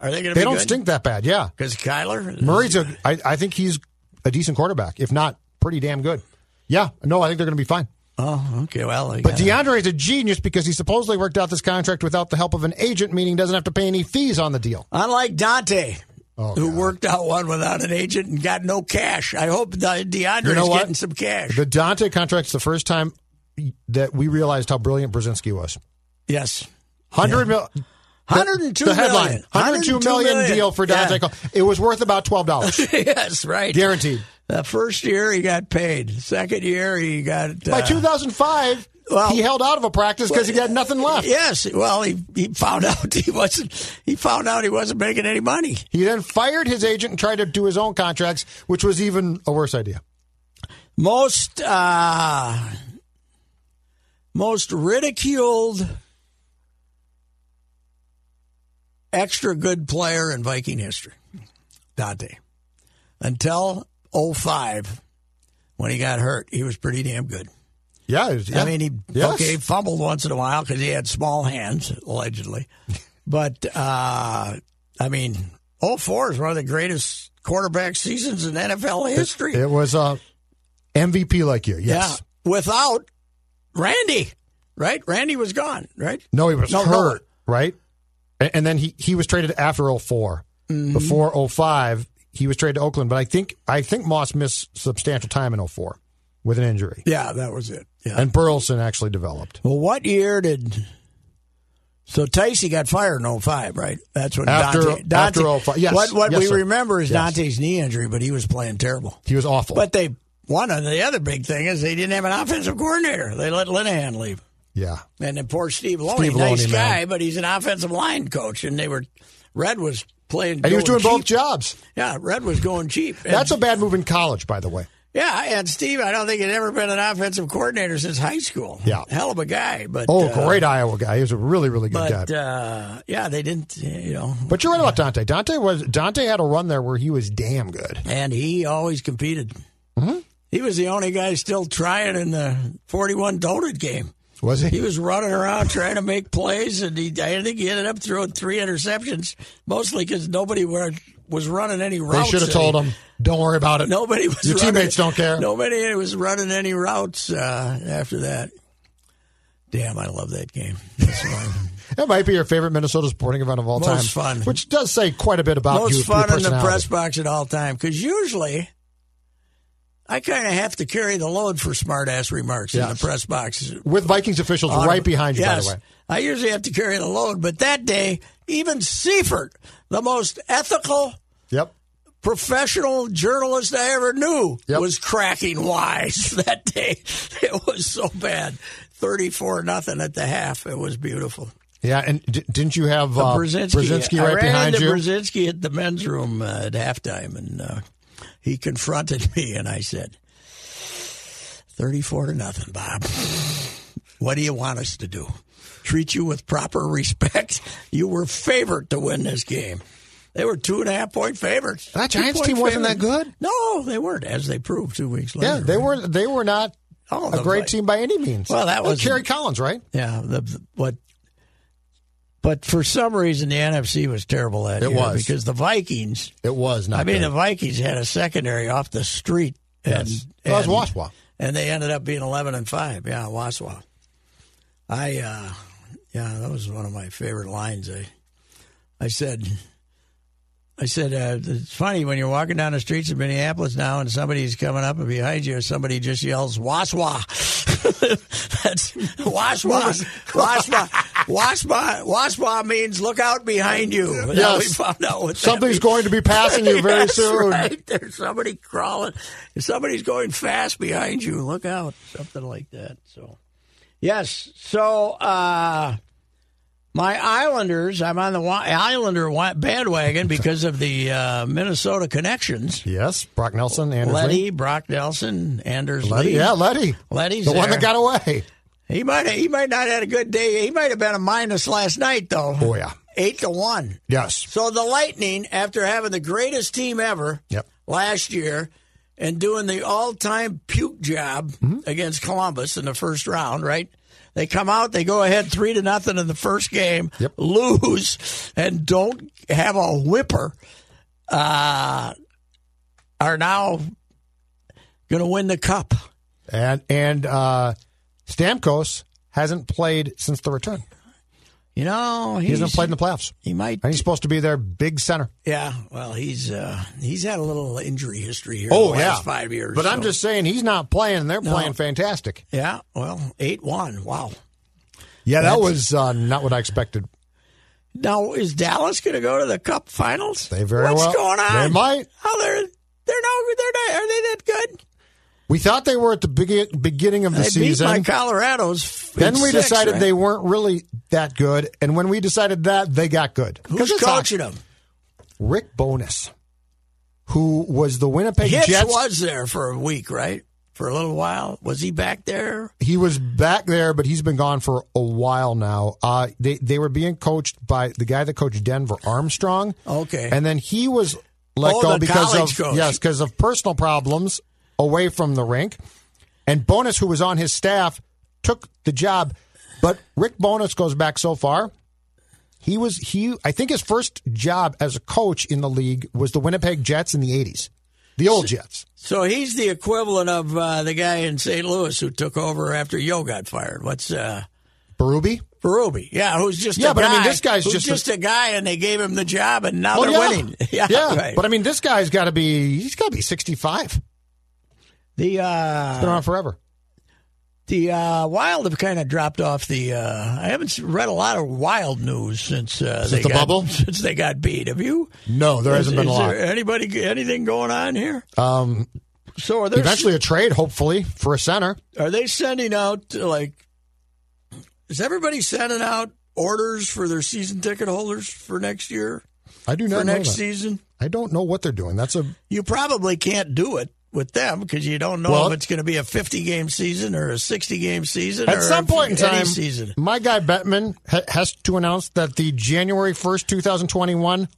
Speaker 4: Are they going to?
Speaker 5: They don't stink that bad. Yeah,
Speaker 4: because Kyler
Speaker 5: Murray's a. I, I think he's a decent quarterback, if not pretty damn good. Yeah, no, I think they're going to be fine.
Speaker 4: Oh, okay. Well, they
Speaker 5: But
Speaker 4: gotta-
Speaker 5: DeAndre is a genius because he supposedly worked out this contract without the help of an agent, meaning doesn't have to pay any fees on the deal.
Speaker 4: unlike Dante.
Speaker 5: Oh,
Speaker 4: who
Speaker 5: God.
Speaker 4: worked out one without an agent and got no cash? I hope De- DeAndre's
Speaker 5: You know what?
Speaker 4: getting some cash.
Speaker 5: The Dante contract's the first time that we realized how brilliant Brzezinski was.
Speaker 4: yes,
Speaker 5: Hundred mil.
Speaker 4: hundred and two
Speaker 5: The headline: hundred two million deal for Dante.
Speaker 4: Yeah.
Speaker 5: Cole. It was worth about
Speaker 4: <laughs>
Speaker 5: twelve dollars,
Speaker 4: yes, right.
Speaker 5: guaranteed.
Speaker 4: The first year he got paid. Second year he got uh,
Speaker 5: By 2005,
Speaker 4: well-
Speaker 5: he held out of a practice because he had nothing left.
Speaker 4: Yes, well he, he found <laughs> out he wasn't he found out he wasn't making any money.
Speaker 5: He then fired his agent and tried to do his own contracts, which was even a worse idea.
Speaker 4: Most uh, most ridiculed extra good player in Viking history, Dante. Until 05 when he got hurt, he was pretty damn good.
Speaker 5: Yeah,
Speaker 4: I mean, he
Speaker 5: Yes.
Speaker 4: okay he fumbled once in a while because he had small hands
Speaker 5: <laughs>
Speaker 4: allegedly, but uh, I mean, 04 is one of the greatest quarterback seasons in NFL history.
Speaker 5: It was uh, a MVP like year. Yes.
Speaker 4: Yeah, without Randy, right? Randy was gone, right?
Speaker 5: No, he was
Speaker 4: No, no.
Speaker 5: hurt, right? And, and then he, he was traded after 4
Speaker 4: Mm-hmm.
Speaker 5: Before 05, he was traded to Oakland, but I think I think Moss missed substantial time in 04 with an injury.
Speaker 4: Yeah, that was it. Yeah.
Speaker 5: And Burleson actually developed.
Speaker 4: well, what year did? So Ticey got fired in 05, right? That's when
Speaker 5: After-
Speaker 4: Dante, Dante
Speaker 5: after 05, yes,
Speaker 4: What what
Speaker 5: yes,
Speaker 4: we
Speaker 5: sir.
Speaker 4: remember is
Speaker 5: Yes.
Speaker 4: Dante's knee injury, but he was playing terrible.
Speaker 5: He was awful.
Speaker 4: But they one of the other big thing is they didn't have an offensive coordinator. They let Linehan leave,
Speaker 5: yeah.
Speaker 4: and then poor Steve Loney,
Speaker 5: Steve Loney,
Speaker 4: nice guy,
Speaker 5: man.
Speaker 4: but he's an offensive line coach, and they were Red was playing
Speaker 5: And he was
Speaker 4: going
Speaker 5: doing both
Speaker 4: cheap.
Speaker 5: jobs.
Speaker 4: Yeah, Red was going cheap. And-
Speaker 5: That's a bad move in college, by the way.
Speaker 4: Yeah, and Steve, I don't think he'd ever been an offensive coordinator since high school.
Speaker 5: Yeah.
Speaker 4: hell of a guy. But
Speaker 5: Oh,
Speaker 4: uh,
Speaker 5: great Iowa guy. He was a really, really good
Speaker 4: But
Speaker 5: guy.
Speaker 4: uh, yeah, they didn't. You know,
Speaker 5: but you're right about Dante. Dante was Dante had a run there where he was damn good.
Speaker 4: and he always competed.
Speaker 5: Mm-hmm.
Speaker 4: He was the only guy still trying in the forty-one Donut game.
Speaker 5: Was
Speaker 4: He was running around trying to make plays, and he, I think he ended up throwing three interceptions, mostly because nobody were, was running any
Speaker 5: They
Speaker 4: routes.
Speaker 5: should have told him, "Don't worry about
Speaker 4: <laughs>
Speaker 5: it."
Speaker 4: Nobody was.
Speaker 5: Your
Speaker 4: running-
Speaker 5: teammates don't care.
Speaker 4: Nobody was running any routes uh, after that. Damn, I love that game. That's one.
Speaker 5: That might be your favorite Minnesota sporting event of all
Speaker 4: Most
Speaker 5: time.
Speaker 4: fun.
Speaker 5: which does say quite a bit about you.
Speaker 4: most
Speaker 5: your
Speaker 4: fun in the
Speaker 5: personality.
Speaker 4: press box at all time because usually I kind of have to carry the load for smart ass remarks in
Speaker 5: Yes.
Speaker 4: the press box.
Speaker 5: with Vikings officials right behind you.
Speaker 4: Yes,
Speaker 5: By the way,
Speaker 4: I usually have to carry the load, but that day, even Seifert, the most ethical
Speaker 5: yep.
Speaker 4: professional journalist I ever knew,
Speaker 5: Yep.
Speaker 4: was cracking wise <laughs> that day. It was so bad. 34 nothing at the half. It was beautiful.
Speaker 5: Yeah, and d- didn't you have uh,
Speaker 4: Brzezinski.
Speaker 5: Brzezinski
Speaker 4: I
Speaker 5: right
Speaker 4: ran
Speaker 5: behind
Speaker 4: into
Speaker 5: you?
Speaker 4: Brzezinski at the men's room uh, at halftime, and uh, he confronted <laughs> me, and I said, 34 to nothing, Bob. What do you want us to do? Treat you with proper respect? You were favored to win this game. They were two and a half point favorites.
Speaker 5: That Giants
Speaker 4: Two-point
Speaker 5: team wasn't that
Speaker 4: favorites.
Speaker 5: good?
Speaker 4: No, they weren't, as they proved two weeks later.
Speaker 5: yeah, they
Speaker 4: right?
Speaker 5: were they were not
Speaker 4: Oh,
Speaker 5: a
Speaker 4: the
Speaker 5: great
Speaker 4: Vi-
Speaker 5: team by any means.
Speaker 4: Well, that
Speaker 5: And
Speaker 4: was-
Speaker 5: Kerry Collins, right?
Speaker 4: Yeah, the, the what? But for some reason, the NFC was terrible that
Speaker 5: It
Speaker 4: year
Speaker 5: was.
Speaker 4: because the Vikings.
Speaker 5: It was not.
Speaker 4: I mean,
Speaker 5: good.
Speaker 4: the Vikings had a secondary off the street. And,
Speaker 5: Yes. Well, that was
Speaker 4: and-
Speaker 5: Waswa.
Speaker 4: And they ended up being 11 and 5. Yeah, Waswa. I, uh, yeah, that was one of my favorite lines. I, I said, I said, uh, it's funny when you're walking down the streets of Minneapolis now and somebody's coming up and behind you, somebody just yells, Waswa. <laughs> That's Waswa. Waswa. Waswa. Waswa means look out behind you. That's how we
Speaker 5: Yes.
Speaker 4: found out what that
Speaker 5: Something's
Speaker 4: means.
Speaker 5: going to be passing you very
Speaker 4: Yes,
Speaker 5: soon.
Speaker 4: Right. There's somebody crawling. Somebody's going fast behind you. Look out. Something like that. So, yes. So, uh, my Islanders, I'm on the wa- Islander wa- bandwagon because of the uh, Minnesota connections.
Speaker 5: Yes, Brock Nelson, Anders Lee.
Speaker 4: Letty, Brock Nelson, Anders
Speaker 5: Letty,
Speaker 4: Lee.
Speaker 5: yeah, Letty,
Speaker 4: Letty's
Speaker 5: the one
Speaker 4: there.
Speaker 5: that got away.
Speaker 4: He might he might not had a good day. He might have been a minus last night though.
Speaker 5: Oh yeah,
Speaker 4: Eight to one.
Speaker 5: yes,
Speaker 4: So the Lightning, after having the greatest team ever
Speaker 5: Yep.
Speaker 4: last year and doing the all time puke job
Speaker 5: Mm-hmm.
Speaker 4: against Columbus in the first round, right? They come out, they go ahead three to nothing in the first game,
Speaker 5: Yep.
Speaker 4: lose, and don't have a whipper. Uh, are now going to win the cup.
Speaker 5: and and uh, Stamkos hasn't played since the return.
Speaker 4: You know,
Speaker 5: He
Speaker 4: he's,
Speaker 5: hasn't played in the playoffs,
Speaker 4: He might.
Speaker 5: and he's supposed to be their big center.
Speaker 4: Yeah. Well, he's uh, he's had a little injury history here.
Speaker 5: Oh
Speaker 4: the
Speaker 5: yeah,
Speaker 4: last five years.
Speaker 5: But I'm
Speaker 4: so-
Speaker 5: just saying he's not playing, and they're playing fantastic.
Speaker 4: Yeah, well, 8 1. Wow.
Speaker 5: Yeah, that
Speaker 4: That's-
Speaker 5: was uh, not what I expected.
Speaker 4: Now, is Dallas going to go to the cup finals?
Speaker 5: They very
Speaker 4: What's
Speaker 5: well-
Speaker 4: going on?
Speaker 5: they might.
Speaker 4: Oh, they're, they're, no, they're not. Are they that good?
Speaker 5: We thought they were at the begi- beginning of the
Speaker 4: they
Speaker 5: season.
Speaker 4: beat my Colorado's. f-
Speaker 5: then
Speaker 4: in
Speaker 5: we
Speaker 4: six,
Speaker 5: decided
Speaker 4: right?
Speaker 5: they weren't really that good, and when we decided that, they got good. 'Cause
Speaker 4: Who's
Speaker 5: it's
Speaker 4: coaching them?
Speaker 5: hockey. Rick Bonus, who was the Winnipeg
Speaker 4: Hitch
Speaker 5: Jets.
Speaker 4: was there for a week, right? For a little while. Was he back there?
Speaker 5: he was back there, but he's been gone for a while now. Uh, they they were being coached by the guy that coached Denver, Armstrong.
Speaker 4: Okay.
Speaker 5: and then he was let
Speaker 4: Oh,
Speaker 5: go
Speaker 4: the
Speaker 5: because
Speaker 4: college
Speaker 5: of
Speaker 4: coach.
Speaker 5: yes, because of personal problems away from the rink. And Bonus, who was on his staff, took the job, but Rick Bonus goes back so far. He was he. I think his first job as a coach in the league was the Winnipeg Jets in the eighties, the old Jets.
Speaker 4: So he's the equivalent of uh, the guy in St. Louis who took over after Yo got fired. What's uh,
Speaker 5: Berube.
Speaker 4: Berube? Yeah, who's just
Speaker 5: Yeah,
Speaker 4: a
Speaker 5: but I
Speaker 4: guy,
Speaker 5: mean, this guy's
Speaker 4: who's
Speaker 5: just a-
Speaker 4: just a, guy, and they gave him the job, and now they're winning.
Speaker 5: Oh,
Speaker 4: <laughs>
Speaker 5: Yeah,
Speaker 4: right.
Speaker 5: but I mean, this guy's got to be he's got to be sixty five.
Speaker 4: The
Speaker 5: Been
Speaker 4: uh,
Speaker 5: around forever.
Speaker 4: the uh, Wild have kind of dropped off the. Uh, I haven't read a lot of Wild news since uh,
Speaker 5: Since
Speaker 4: they
Speaker 5: the
Speaker 4: got, <laughs>
Speaker 5: bubble?
Speaker 4: Since they got beat, have you?
Speaker 5: No, there
Speaker 4: Is-
Speaker 5: hasn't been a
Speaker 4: <laughs> is
Speaker 5: lot.
Speaker 4: there anybody anything going on here?
Speaker 5: Um,
Speaker 4: So are they
Speaker 5: eventually, a trade, hopefully, for a center.
Speaker 4: are they sending out uh, like? Is everybody sending out orders for their season ticket holders for next year
Speaker 5: I do
Speaker 4: for
Speaker 5: not know.
Speaker 4: next
Speaker 5: That.
Speaker 4: season?
Speaker 5: I don't know what they're doing. That's a
Speaker 4: You probably can't do it
Speaker 8: with them because you don't know
Speaker 5: Well-
Speaker 8: if it's going to be a 50 game season or a 60 game season or
Speaker 5: At some
Speaker 8: a-
Speaker 5: point in
Speaker 8: any
Speaker 5: time,
Speaker 8: season.
Speaker 5: my guy Bettman ha- has to announce that the January 1st, 2021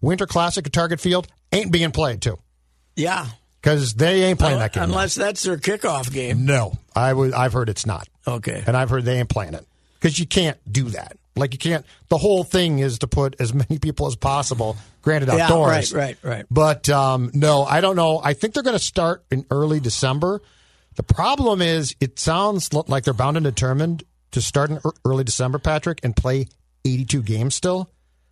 Speaker 5: Winter Classic at Target Field ain't being played to
Speaker 8: Yeah.
Speaker 5: because they ain't playing that game.
Speaker 8: Unless that's their kickoff game.
Speaker 5: no, I would, I've heard it's not.
Speaker 8: Okay.
Speaker 5: And I've heard they ain't playing it because you can't do that. Like you can't. The whole thing is to put as many people as possible. Granted,
Speaker 8: Yeah,
Speaker 5: outdoors,
Speaker 8: right, right, right.
Speaker 5: But um, no, I don't know. I think they're going to start in early December. The problem is, it sounds lo- like they're bound and determined to start in ear- early December, Patrick, and play 82 games still.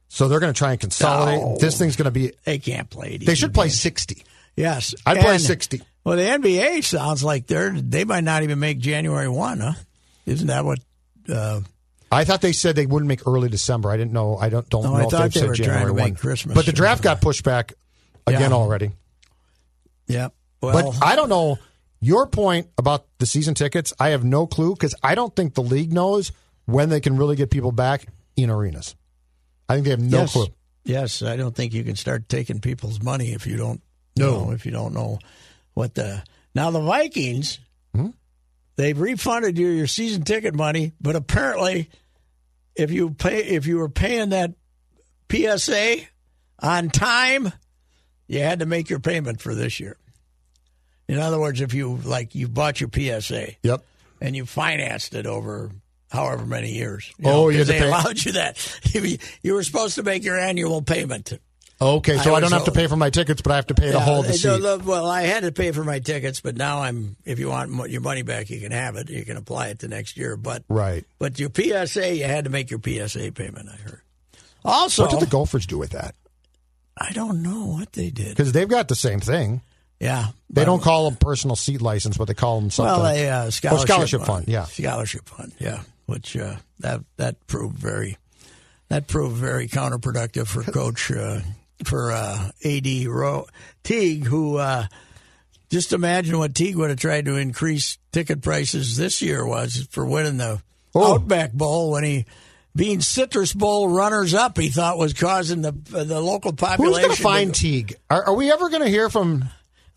Speaker 5: So they're going to try and consolidate.
Speaker 8: No.
Speaker 5: This thing's going to be.
Speaker 8: They can't play. 82
Speaker 5: They should play
Speaker 8: games.
Speaker 5: 60.
Speaker 8: Yes.
Speaker 5: I'd play
Speaker 8: And-
Speaker 5: 60.
Speaker 8: Well, the NBA sounds like they're they might not even make January 1, huh? Isn't that what uh,
Speaker 5: I thought they said they wouldn't make early December. I didn't know. I don't don't
Speaker 8: No,
Speaker 5: know
Speaker 8: I
Speaker 5: if
Speaker 8: thought
Speaker 5: they've
Speaker 8: they
Speaker 5: said
Speaker 8: were trying to
Speaker 5: January
Speaker 8: make
Speaker 5: one.
Speaker 8: Christmas
Speaker 5: but the
Speaker 8: or
Speaker 5: draft got pushed back again
Speaker 8: Yeah.
Speaker 5: already.
Speaker 8: Yeah. Well,
Speaker 5: but I don't know your point about the season tickets. I have no clue because I don't think the league knows when they can really get people back in arenas. I think they have no
Speaker 8: yes,
Speaker 5: clue.
Speaker 8: Yes, I don't think you can start taking people's money if you don't
Speaker 5: No.
Speaker 8: know if you don't know what the Now the Vikings
Speaker 5: Hmm?
Speaker 8: they've refunded you your season ticket money, but apparently if you pay if you were paying that PSA on time, you had to make your payment for this year. In other words, if you like you bought your PSA
Speaker 5: Yep.
Speaker 8: and you financed it over however many years.
Speaker 5: Oh, you
Speaker 8: 'cause
Speaker 5: had to
Speaker 8: they
Speaker 5: pay-
Speaker 8: allowed you that. <laughs> You- you were supposed to make your annual payment.
Speaker 5: Okay, so I,
Speaker 8: I
Speaker 5: don't
Speaker 8: was
Speaker 5: have to
Speaker 8: old.
Speaker 5: pay for my tickets, but I have to pay to
Speaker 8: Yeah,
Speaker 5: hold the
Speaker 8: they don't
Speaker 5: seat.
Speaker 8: love- Uh, well, I had to pay for my tickets, but now I'm. If you want mo- your money back, you can have it. You can apply it the next year. But
Speaker 5: Right.
Speaker 8: but your PSA, you had to make your PSA payment. I heard. Also,
Speaker 5: What did the Gophers do with that?
Speaker 8: I don't know what they did.
Speaker 5: Because they've got the same thing.
Speaker 8: Yeah,
Speaker 5: They
Speaker 8: but-
Speaker 5: don't call them personal seat license, but they call them something.
Speaker 8: Well, a uh,
Speaker 5: Oh,
Speaker 8: scholarship,
Speaker 5: scholarship fund, yeah.
Speaker 8: scholarship fund, yeah. Which uh, that that proved very that proved very counterproductive
Speaker 5: <laughs>
Speaker 8: for coach uh, for uh, AD Ro- Teague, who uh, just imagine what Teague would have tried to increase ticket prices this year was for winning the
Speaker 5: Oh.
Speaker 8: Outback Bowl when he. Being Citrus Bowl runners up, he thought was causing the the local population.
Speaker 5: Who's going to find
Speaker 8: go-
Speaker 5: Teague? Are, are we ever going to hear from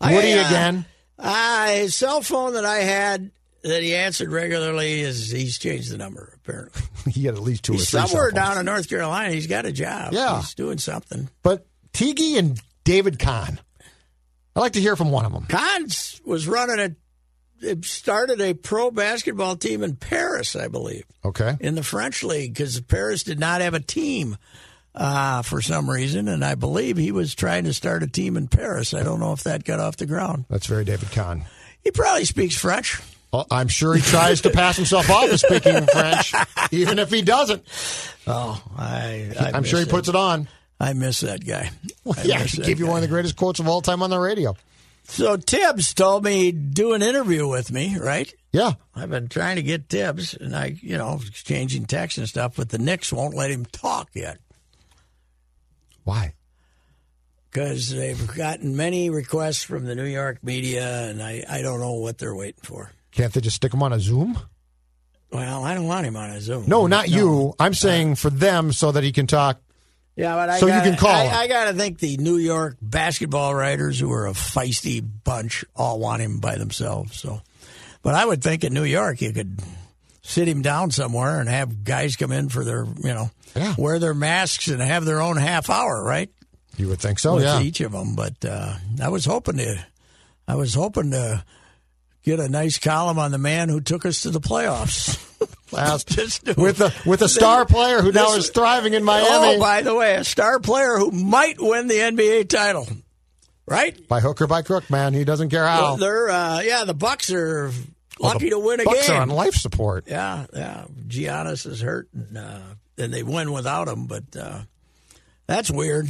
Speaker 5: Woody
Speaker 8: I, uh,
Speaker 5: again? <laughs>
Speaker 8: Uh, his cell phone that I had that he answered regularly is he's changed the number apparently.
Speaker 5: he had at least two or three.
Speaker 8: He's somewhere
Speaker 5: cell phones.
Speaker 8: down in North Carolina. He's got a job.
Speaker 5: Yeah.
Speaker 8: he's doing something.
Speaker 5: But Teague and David Kahn. I'd like to hear from one of them.
Speaker 8: Cons was running a it started a pro basketball team in Paris, I believe,
Speaker 5: Okay.
Speaker 8: in the French league because Paris did not have a team. Uh, for some reason, and I believe he was trying to start a team in Paris. I don't know if that got off the ground.
Speaker 5: That's very David Kahn.
Speaker 8: He probably speaks French.
Speaker 5: Oh, I'm sure he tries to pass himself off as speaking French, even if he doesn't.
Speaker 8: Oh, I, I
Speaker 5: I'm sure he
Speaker 8: miss
Speaker 5: puts
Speaker 8: that.
Speaker 5: it on.
Speaker 8: I miss that guy. I
Speaker 5: yeah,
Speaker 8: miss
Speaker 5: he
Speaker 8: that
Speaker 5: gave you
Speaker 8: guy.
Speaker 5: one of the greatest quotes of all time on the radio.
Speaker 8: So Tibbs told me he'd do an interview with me, right?
Speaker 5: Yeah.
Speaker 8: I've been trying to get Tibbs, and I, you know, exchanging texts and stuff, but the Knicks won't let him talk yet
Speaker 5: Why?
Speaker 8: because they've gotten many requests from the New York media, and I, I don't know what they're waiting for.
Speaker 5: Can't they just stick him on a Zoom?
Speaker 8: Well, I don't want him on his Zoom.
Speaker 5: No, not you. I'm saying for them so that he can talk.
Speaker 8: Yeah, but I
Speaker 5: So you
Speaker 8: gotta,
Speaker 5: can call
Speaker 8: I,
Speaker 5: him.
Speaker 8: I got to think the New York basketball writers, who are a feisty bunch, all want him by themselves. So, but I would think in New York you could sit him down somewhere and have guys come in for their, you know,
Speaker 5: Yeah.
Speaker 8: wear their masks and have their own half hour, right?
Speaker 5: You would think so,
Speaker 8: with
Speaker 5: Oh, yeah.
Speaker 8: each of them. But uh, I was hoping to, I was hoping to get a nice column on the man who took us to the playoffs. <laughs>
Speaker 5: Last-
Speaker 8: Just do it.
Speaker 5: with a with a star player who now
Speaker 8: This-
Speaker 5: is thriving in
Speaker 8: Oh,
Speaker 5: Miami
Speaker 8: by the way, a star player who might win the NBA title, right?
Speaker 5: by hook or by crook, man. He doesn't care how.
Speaker 8: They're uh, yeah, the Bucks are lucky to win a
Speaker 5: Bucks
Speaker 8: game.
Speaker 5: are on life support.
Speaker 8: yeah, yeah. Giannis is hurt, and, uh, and they win without him. But uh, that's weird.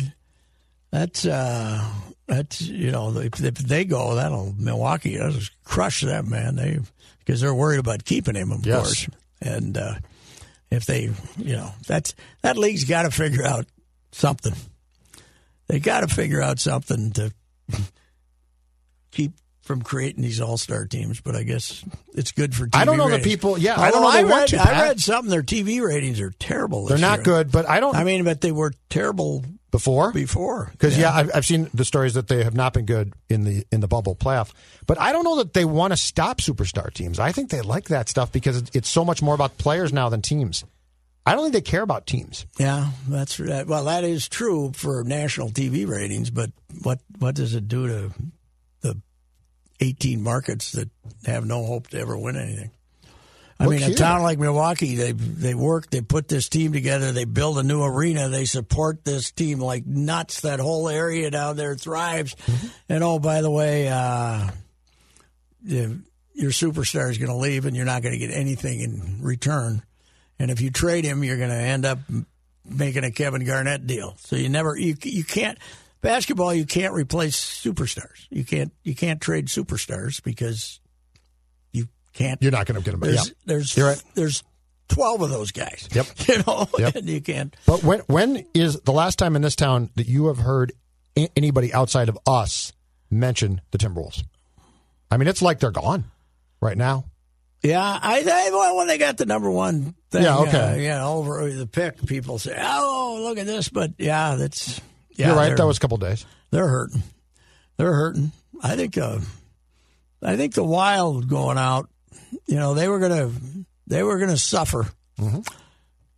Speaker 8: That's uh, that's you know if, if they go, that'll Milwaukee that'll just crush them, man. They because they're worried about keeping him, of
Speaker 5: Yes.
Speaker 8: course. And uh, if they, you know, that's that league's got to figure out something. They got to figure out something to <laughs> keep from creating these all star teams. But I guess it's good for. TV
Speaker 5: I don't know the
Speaker 8: ratings.
Speaker 5: people- yeah, Oh, I
Speaker 8: Although
Speaker 5: don't know they
Speaker 8: I
Speaker 5: want
Speaker 8: read,
Speaker 5: to,
Speaker 8: I
Speaker 5: Pat.
Speaker 8: read something. Their TV ratings are terrible.
Speaker 5: They're
Speaker 8: this
Speaker 5: not
Speaker 8: year.
Speaker 5: good, but I don't
Speaker 8: I mean, but they were terrible
Speaker 5: before.
Speaker 8: before.
Speaker 5: Because yeah, I've, I've seen the stories that they have not been good in the in the bubble playoff. But I don't know that they want to stop superstar teams. I think they like that stuff because it- it's so much more about players now than teams. I don't think they care about teams.
Speaker 8: Yeah, that's that. Well, that is true for national TV ratings, but what what does it do to the eighteen markets that have no hope to ever win anything? I
Speaker 5: Look
Speaker 8: mean,
Speaker 5: here.
Speaker 8: a town like Milwaukee, they they work, they put this team together, they build a new arena, they support this team like nuts. That whole area down there thrives.
Speaker 5: Mm-hmm.
Speaker 8: And oh, by the way, uh, the- your superstar is going to leave, and you're not going to get anything in return. And if you trade him, you're going to end up m- making a Kevin Garnett deal. So you never you you can't basketball. You can't replace superstars. You can't you can't trade superstars because you can't.
Speaker 5: You're not going to get them. back. Yeah.
Speaker 8: There's there's
Speaker 5: You're right.
Speaker 8: there's twelve of those guys.
Speaker 5: Yep.
Speaker 8: <laughs> You know,
Speaker 5: Yep.
Speaker 8: and you can't.
Speaker 5: But when when is the last time in this town that you have heard a- anybody outside of us mention the Timberwolves? I mean, it's like they're gone right now.
Speaker 8: Yeah, I, I well when they got the number one thing,
Speaker 5: Yeah,
Speaker 8: uh,
Speaker 5: okay.
Speaker 8: yeah, over the pick, people say, "Oh, look at this," but yeah, that's yeah,
Speaker 5: You're right.
Speaker 8: they're-
Speaker 5: That was a couple days.
Speaker 8: they're hurting. They're hurting. I think. Uh, I think the Wild going out. You know they were gonna they were gonna suffer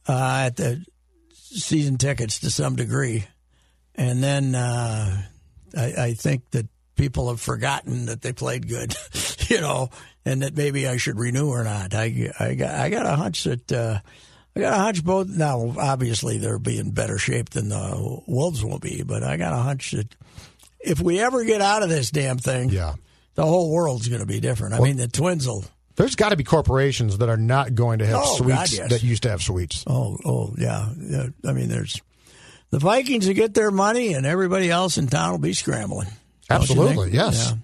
Speaker 8: uh, at the season tickets to some degree, and then uh, I, I think that people have forgotten that they played good. <laughs> you know, and that maybe I should renew or not. I I got I got a hunch that. Uh, I got a hunch both now. Obviously, they'll be in better shape than the Wolves will be, but I got a hunch that if we ever get out of this damn thing,
Speaker 5: Yeah.
Speaker 8: the whole world's going to be different. I mean, the Twins will.
Speaker 5: There's got to be corporations that are not going to have
Speaker 8: Oh,
Speaker 5: suites
Speaker 8: God, yes.
Speaker 5: that used to have suites.
Speaker 8: Oh, oh, yeah. yeah. I mean, there's the Vikings will get their money, and everybody else in town will be scrambling. Don't you think?
Speaker 5: Absolutely, yes.
Speaker 8: Yeah.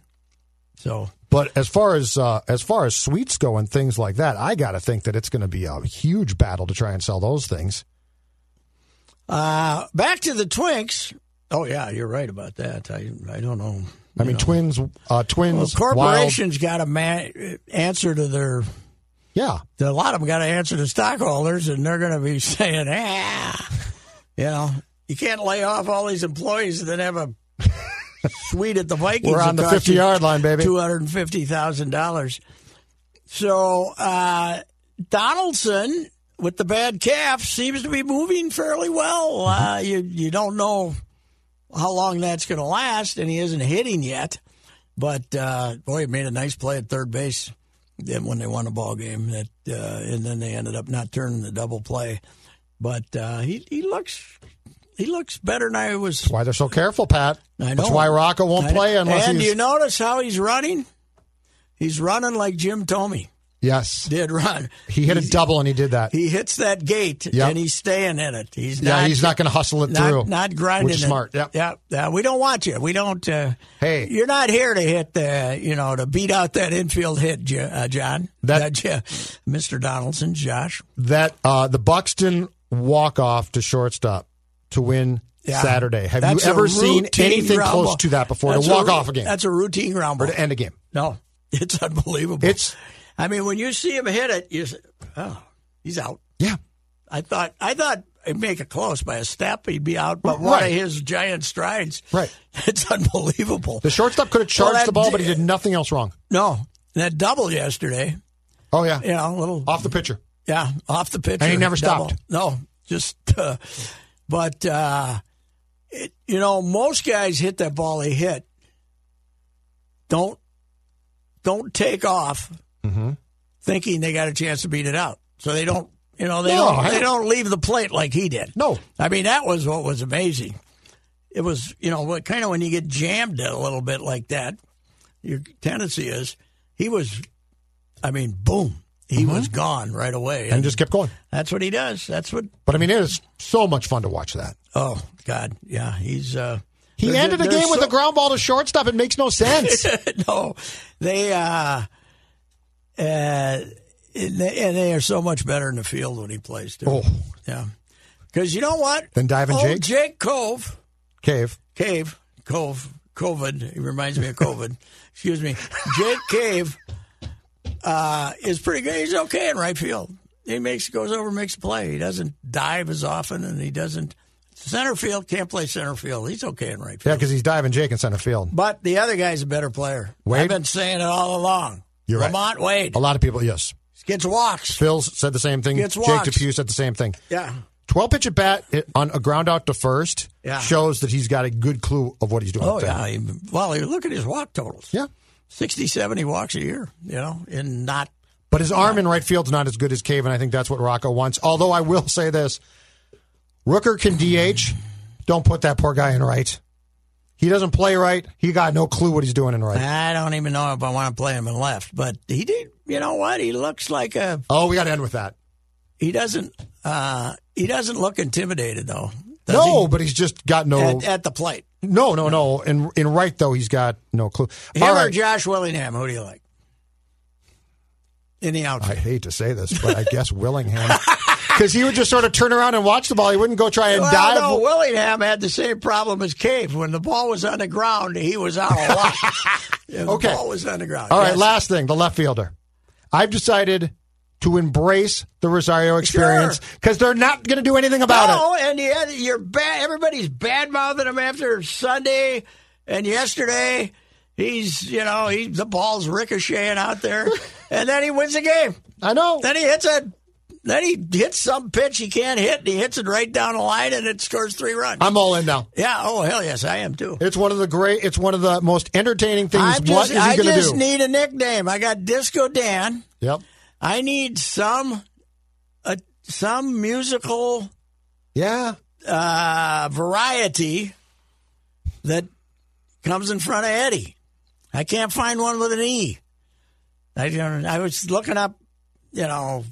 Speaker 8: So
Speaker 5: But as far as uh, as far as suites go and things like that, I got to think that it's going to be a huge battle to try and sell those things.
Speaker 8: uh, back to the Twinks. Oh yeah, you're right about that. I I don't know.
Speaker 5: I mean, twins, uh,
Speaker 8: Well,
Speaker 5: twins, Wild,
Speaker 8: corporations got a man, answer to their
Speaker 5: yeah.
Speaker 8: a lot of them got to answer to stockholders, and they're going to be <laughs> saying, "Ah, you know, you can't lay off all these employees and then have a <laughs> suite at the Vikings.
Speaker 5: We're on the 50 yard line, baby.
Speaker 8: Two hundred and fifty thousand dollars. So uh, Donaldson with the bad calf seems to be moving fairly well. Uh,
Speaker 5: Mm-hmm.
Speaker 8: you you don't know how long that's going to last, and he isn't hitting yet. But uh, boy, he made a nice play at third base then when they won a ball game. That uh, and then they ended up not turning the double play. But uh, he he looks he looks better than I was.
Speaker 5: That's why they're so careful, Pat.
Speaker 8: I
Speaker 5: That's
Speaker 8: know.
Speaker 5: why Rocco won't
Speaker 8: I-
Speaker 5: play unless
Speaker 8: and
Speaker 5: he's
Speaker 8: you notice how he's running? He's running like Jim Tomey
Speaker 5: yes.
Speaker 8: did run.
Speaker 5: He hit a
Speaker 8: He's-
Speaker 5: double and he did that.
Speaker 8: He hits that gate
Speaker 5: Yep.
Speaker 8: and he's staying in it. He's
Speaker 5: yeah,
Speaker 8: not,
Speaker 5: he's not going to hustle it
Speaker 8: not,
Speaker 5: through.
Speaker 8: not grinding.
Speaker 5: which is
Speaker 8: it.
Speaker 5: smart. Yep.
Speaker 8: Yeah. yeah. We don't want you. We don't. Uh,
Speaker 5: Hey.
Speaker 8: you're not here to hit the. You know, to beat out that infield hit, Jo- uh, John.
Speaker 5: That-
Speaker 8: Uh, Jo- Mr. Donaldson, Josh.
Speaker 5: That uh, the Buxton walk off to shortstop to win
Speaker 8: Yeah.
Speaker 5: Saturday. Have
Speaker 8: That's
Speaker 5: you
Speaker 8: a
Speaker 5: ever seen
Speaker 8: routine
Speaker 5: anything
Speaker 8: ground
Speaker 5: close
Speaker 8: ball.
Speaker 5: to that before?
Speaker 8: That's
Speaker 5: to
Speaker 8: a
Speaker 5: walk
Speaker 8: ru-
Speaker 5: off a game
Speaker 8: That's a routine ground
Speaker 5: or
Speaker 8: ball.
Speaker 5: to end a game.
Speaker 8: No, <laughs> it's unbelievable.
Speaker 5: It's
Speaker 8: I mean, when you see him hit it, you say, "Oh, he's out."
Speaker 5: yeah.
Speaker 8: I thought I thought he'd make it close by a step. He'd be out, but one of
Speaker 5: Right.
Speaker 8: his giant strides. <laughs>
Speaker 5: Right.
Speaker 8: It's unbelievable.
Speaker 5: The shortstop could have charged
Speaker 8: that
Speaker 5: the ball,
Speaker 8: di-
Speaker 5: but he did nothing else wrong.
Speaker 8: No, that double yesterday.
Speaker 5: Oh yeah,
Speaker 8: You know, a little
Speaker 5: off the pitcher.
Speaker 8: yeah, off the pitch.
Speaker 5: And he never stopped.
Speaker 8: No, just uh, but uh, it, you know, most guys hit that ball they hit. Don't don't take off thinking they got a chance to beat it out. So they don't, you know, they
Speaker 5: No,
Speaker 8: don't,
Speaker 5: I-
Speaker 8: they don't leave the plate like he did.
Speaker 5: No.
Speaker 8: I mean that was what was amazing. It was, you know, what kind of when you get jammed a little bit like that, your tendency is he was, I mean, boom, he was gone right away,
Speaker 5: Mm-hmm. and just kept going.
Speaker 8: that's what he does. That's what.
Speaker 5: But I mean, it is so much fun to watch that.
Speaker 8: Oh God, yeah, he's. uh
Speaker 5: He
Speaker 8: there's-
Speaker 5: ended a
Speaker 8: there's
Speaker 5: game with
Speaker 8: so-
Speaker 5: a ground ball to shortstop. It makes
Speaker 8: <laughs>
Speaker 5: no sense.
Speaker 8: no, they uh, uh, and they, and they are so much better in the field when he plays too.
Speaker 5: Oh.
Speaker 8: yeah, because you know what?
Speaker 5: Than Diving
Speaker 8: Old
Speaker 5: Jake?
Speaker 8: Jake Cove,
Speaker 5: Cave.
Speaker 8: Cave, Cove, COVID. He reminds me of COVID. <laughs> Excuse me, Jake Cave uh, is pretty good. He's okay in right field. He makes goes over, and makes a play. He doesn't dive as often, and he doesn't Center field can't play center field. He's okay in right
Speaker 5: Yeah,
Speaker 8: field.
Speaker 5: because he's diving Jake in center field.
Speaker 8: but the other guy's a better player. I've
Speaker 5: Wade?
Speaker 8: been saying it all along.
Speaker 5: You're right. Oh.
Speaker 8: Lamont Wade
Speaker 5: A lot of people, yes.
Speaker 8: gets walks.
Speaker 5: Phil said the same thing.
Speaker 8: Gets
Speaker 5: Jake
Speaker 8: walks.
Speaker 5: Depew said the same thing.
Speaker 8: Yeah.
Speaker 5: 12 pitch at bat it, on a ground out to first
Speaker 8: Yeah.
Speaker 5: shows that he's got a good clue of what he's doing.
Speaker 8: Oh
Speaker 5: up there.
Speaker 8: yeah. He, well, he- look at his walk totals.
Speaker 5: Yeah.
Speaker 8: 60, 70 walks a year. You know, and not
Speaker 5: But his arm in right field's not as good as Cave, and I think that's what Rocco wants. Although I will say this Rooker can DH. Don't put that poor guy in right. He doesn't play right. He got no clue what he's doing in right.
Speaker 8: I don't even know if I want to play him in left, but he did. You know what? He looks like a.
Speaker 5: Oh, we got to end with that.
Speaker 8: He doesn't. Uh, he doesn't look intimidated though. does
Speaker 5: no, but he's just got
Speaker 8: he?
Speaker 5: no.
Speaker 8: At, at the plate.
Speaker 5: no, no, no. In in right though, he's got no clue.
Speaker 8: Him
Speaker 5: All
Speaker 8: or
Speaker 5: right.
Speaker 8: Josh Willingham? Who do you like? In the
Speaker 5: I
Speaker 8: outfield.
Speaker 5: hate to say this, but I guess Willingham, <laughs> because he would just sort of turn around and watch the ball. He wouldn't go try and
Speaker 8: well,
Speaker 5: dive.
Speaker 8: no, Willingham had the same problem as Cave. When the ball was on the ground, he was out a
Speaker 5: <laughs>
Speaker 8: lot. If
Speaker 5: Okay.
Speaker 8: The ball was on the ground.
Speaker 5: All right,
Speaker 8: Yes.
Speaker 5: last thing, the left fielder. I've decided to embrace the Rosario experience because they're not going to do anything about it.
Speaker 8: no, and you had, you're bad. Everybody's bad mouthing him after Sunday and yesterday. He's, you know, he the ball's ricocheting out
Speaker 5: <laughs>
Speaker 8: there, and then he wins the game.
Speaker 5: I know.
Speaker 8: Then he hits a, then he hits some pitch he can't hit, and he hits it right down the line, and it scores three runs.
Speaker 5: I'm all in now.
Speaker 8: yeah. Oh hell yes, I am too.
Speaker 5: It's one of the great. It's one of the most entertaining things.
Speaker 8: I'm
Speaker 5: what
Speaker 8: just,
Speaker 5: is he
Speaker 8: I
Speaker 5: going to
Speaker 8: just
Speaker 5: do?
Speaker 8: need a nickname. I got Disco Dan.
Speaker 5: yep.
Speaker 8: I need some, uh, some musical
Speaker 5: Yeah.
Speaker 8: uh, variety that comes in front of Eddie. I can't find one with an E. I don't. I was looking up, you know,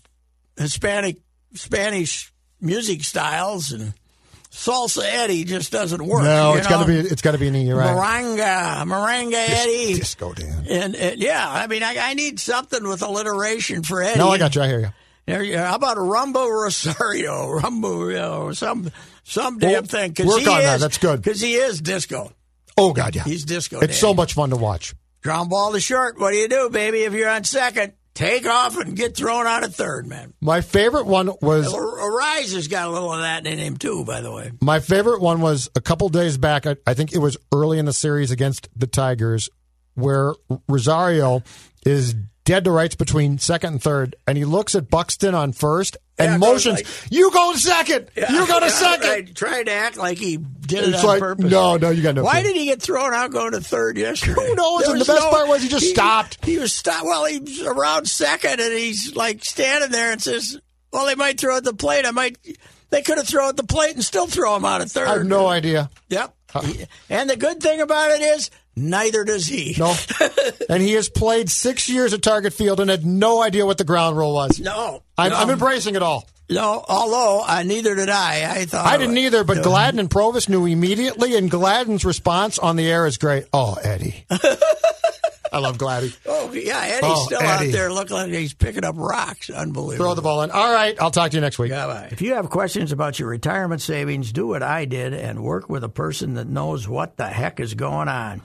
Speaker 8: Hispanic Spanish music styles and salsa Eddie just doesn't work.
Speaker 5: No,
Speaker 8: you
Speaker 5: it's got to
Speaker 8: know?
Speaker 5: be. It's got to be an E. You're right.
Speaker 8: Maranga, Maranga Eddie,
Speaker 5: Disco Dan.
Speaker 8: and, and yeah, I mean, I, I need something with alliteration for Eddie.
Speaker 5: No, I got you. I hear you.
Speaker 8: There you- How about Rumbo Rosario, <laughs> Rumbo, you know, some some damn
Speaker 5: Well,
Speaker 8: thing? 'cause
Speaker 5: work
Speaker 8: he
Speaker 5: on that.
Speaker 8: is-
Speaker 5: That's good.
Speaker 8: Because he is disco.
Speaker 5: Oh God, yeah.
Speaker 8: He's disco.
Speaker 5: it's so much fun to watch.
Speaker 8: ground ball to short. What do you do, baby? If you're on second, take off and get thrown out at third, man.
Speaker 5: My favorite one was
Speaker 8: Arise has got a little of that in him too, by the way.
Speaker 5: My favorite one was a couple days back. I, I think it was early in the series against the Tigers, where Rosario is dead to rights between second and third, and he looks at Buxton on first and
Speaker 8: Yeah, it goes
Speaker 5: motions, "You go to second. you go to
Speaker 8: Yeah, <laughs>
Speaker 5: second.
Speaker 8: right. Trying to act like he did it
Speaker 5: It's
Speaker 8: on
Speaker 5: like,
Speaker 8: purpose.
Speaker 5: no, no, you got no.
Speaker 8: Why
Speaker 5: clue.
Speaker 8: did he get thrown out going to third yesterday?
Speaker 5: Who knows?
Speaker 8: There
Speaker 5: And the best part was he just stopped.
Speaker 8: He was stopped. Well, he was around second, and he's like standing there and says, "Well, they might throw at the plate. I might. They could have thrown at the plate and still throw him out at third.
Speaker 5: I have no idea.
Speaker 8: Yep. He- and the good thing about it is, neither does he.
Speaker 5: No, and he has played six years at Target Field and had no idea what the ground rule was.
Speaker 8: <laughs> No.
Speaker 5: I'm,
Speaker 8: no,
Speaker 5: I'm embracing it all.
Speaker 8: no, although uh, neither did I. I thought
Speaker 5: I didn't
Speaker 8: it-
Speaker 5: either, but Gladden and Provis knew immediately, and Gladden's response on the air is great. Oh,
Speaker 8: <laughs>
Speaker 5: Eddie. I love Gladden.
Speaker 8: Oh yeah, Eddie's
Speaker 5: Oh,
Speaker 8: still out
Speaker 5: Eddie.
Speaker 8: there looking like he's picking up rocks. Unbelievable.
Speaker 5: Throw the ball in. All right, I'll talk to you next week.
Speaker 8: Bye-bye. If you have questions about your retirement savings, do what I did and work with a person that knows what the heck is going on.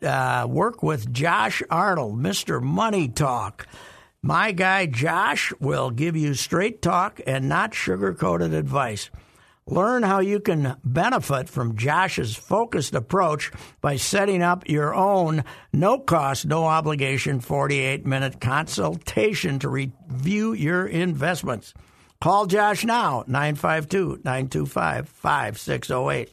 Speaker 8: Uh, work with Josh Arnold, Mr. Money Talk. My guy Josh will give you straight talk and not sugar coated advice. Learn how you can benefit from Josh's focused approach by setting up your own no cost, no obligation 48 minute consultation to review your investments. Call Josh now, 952 925 5608.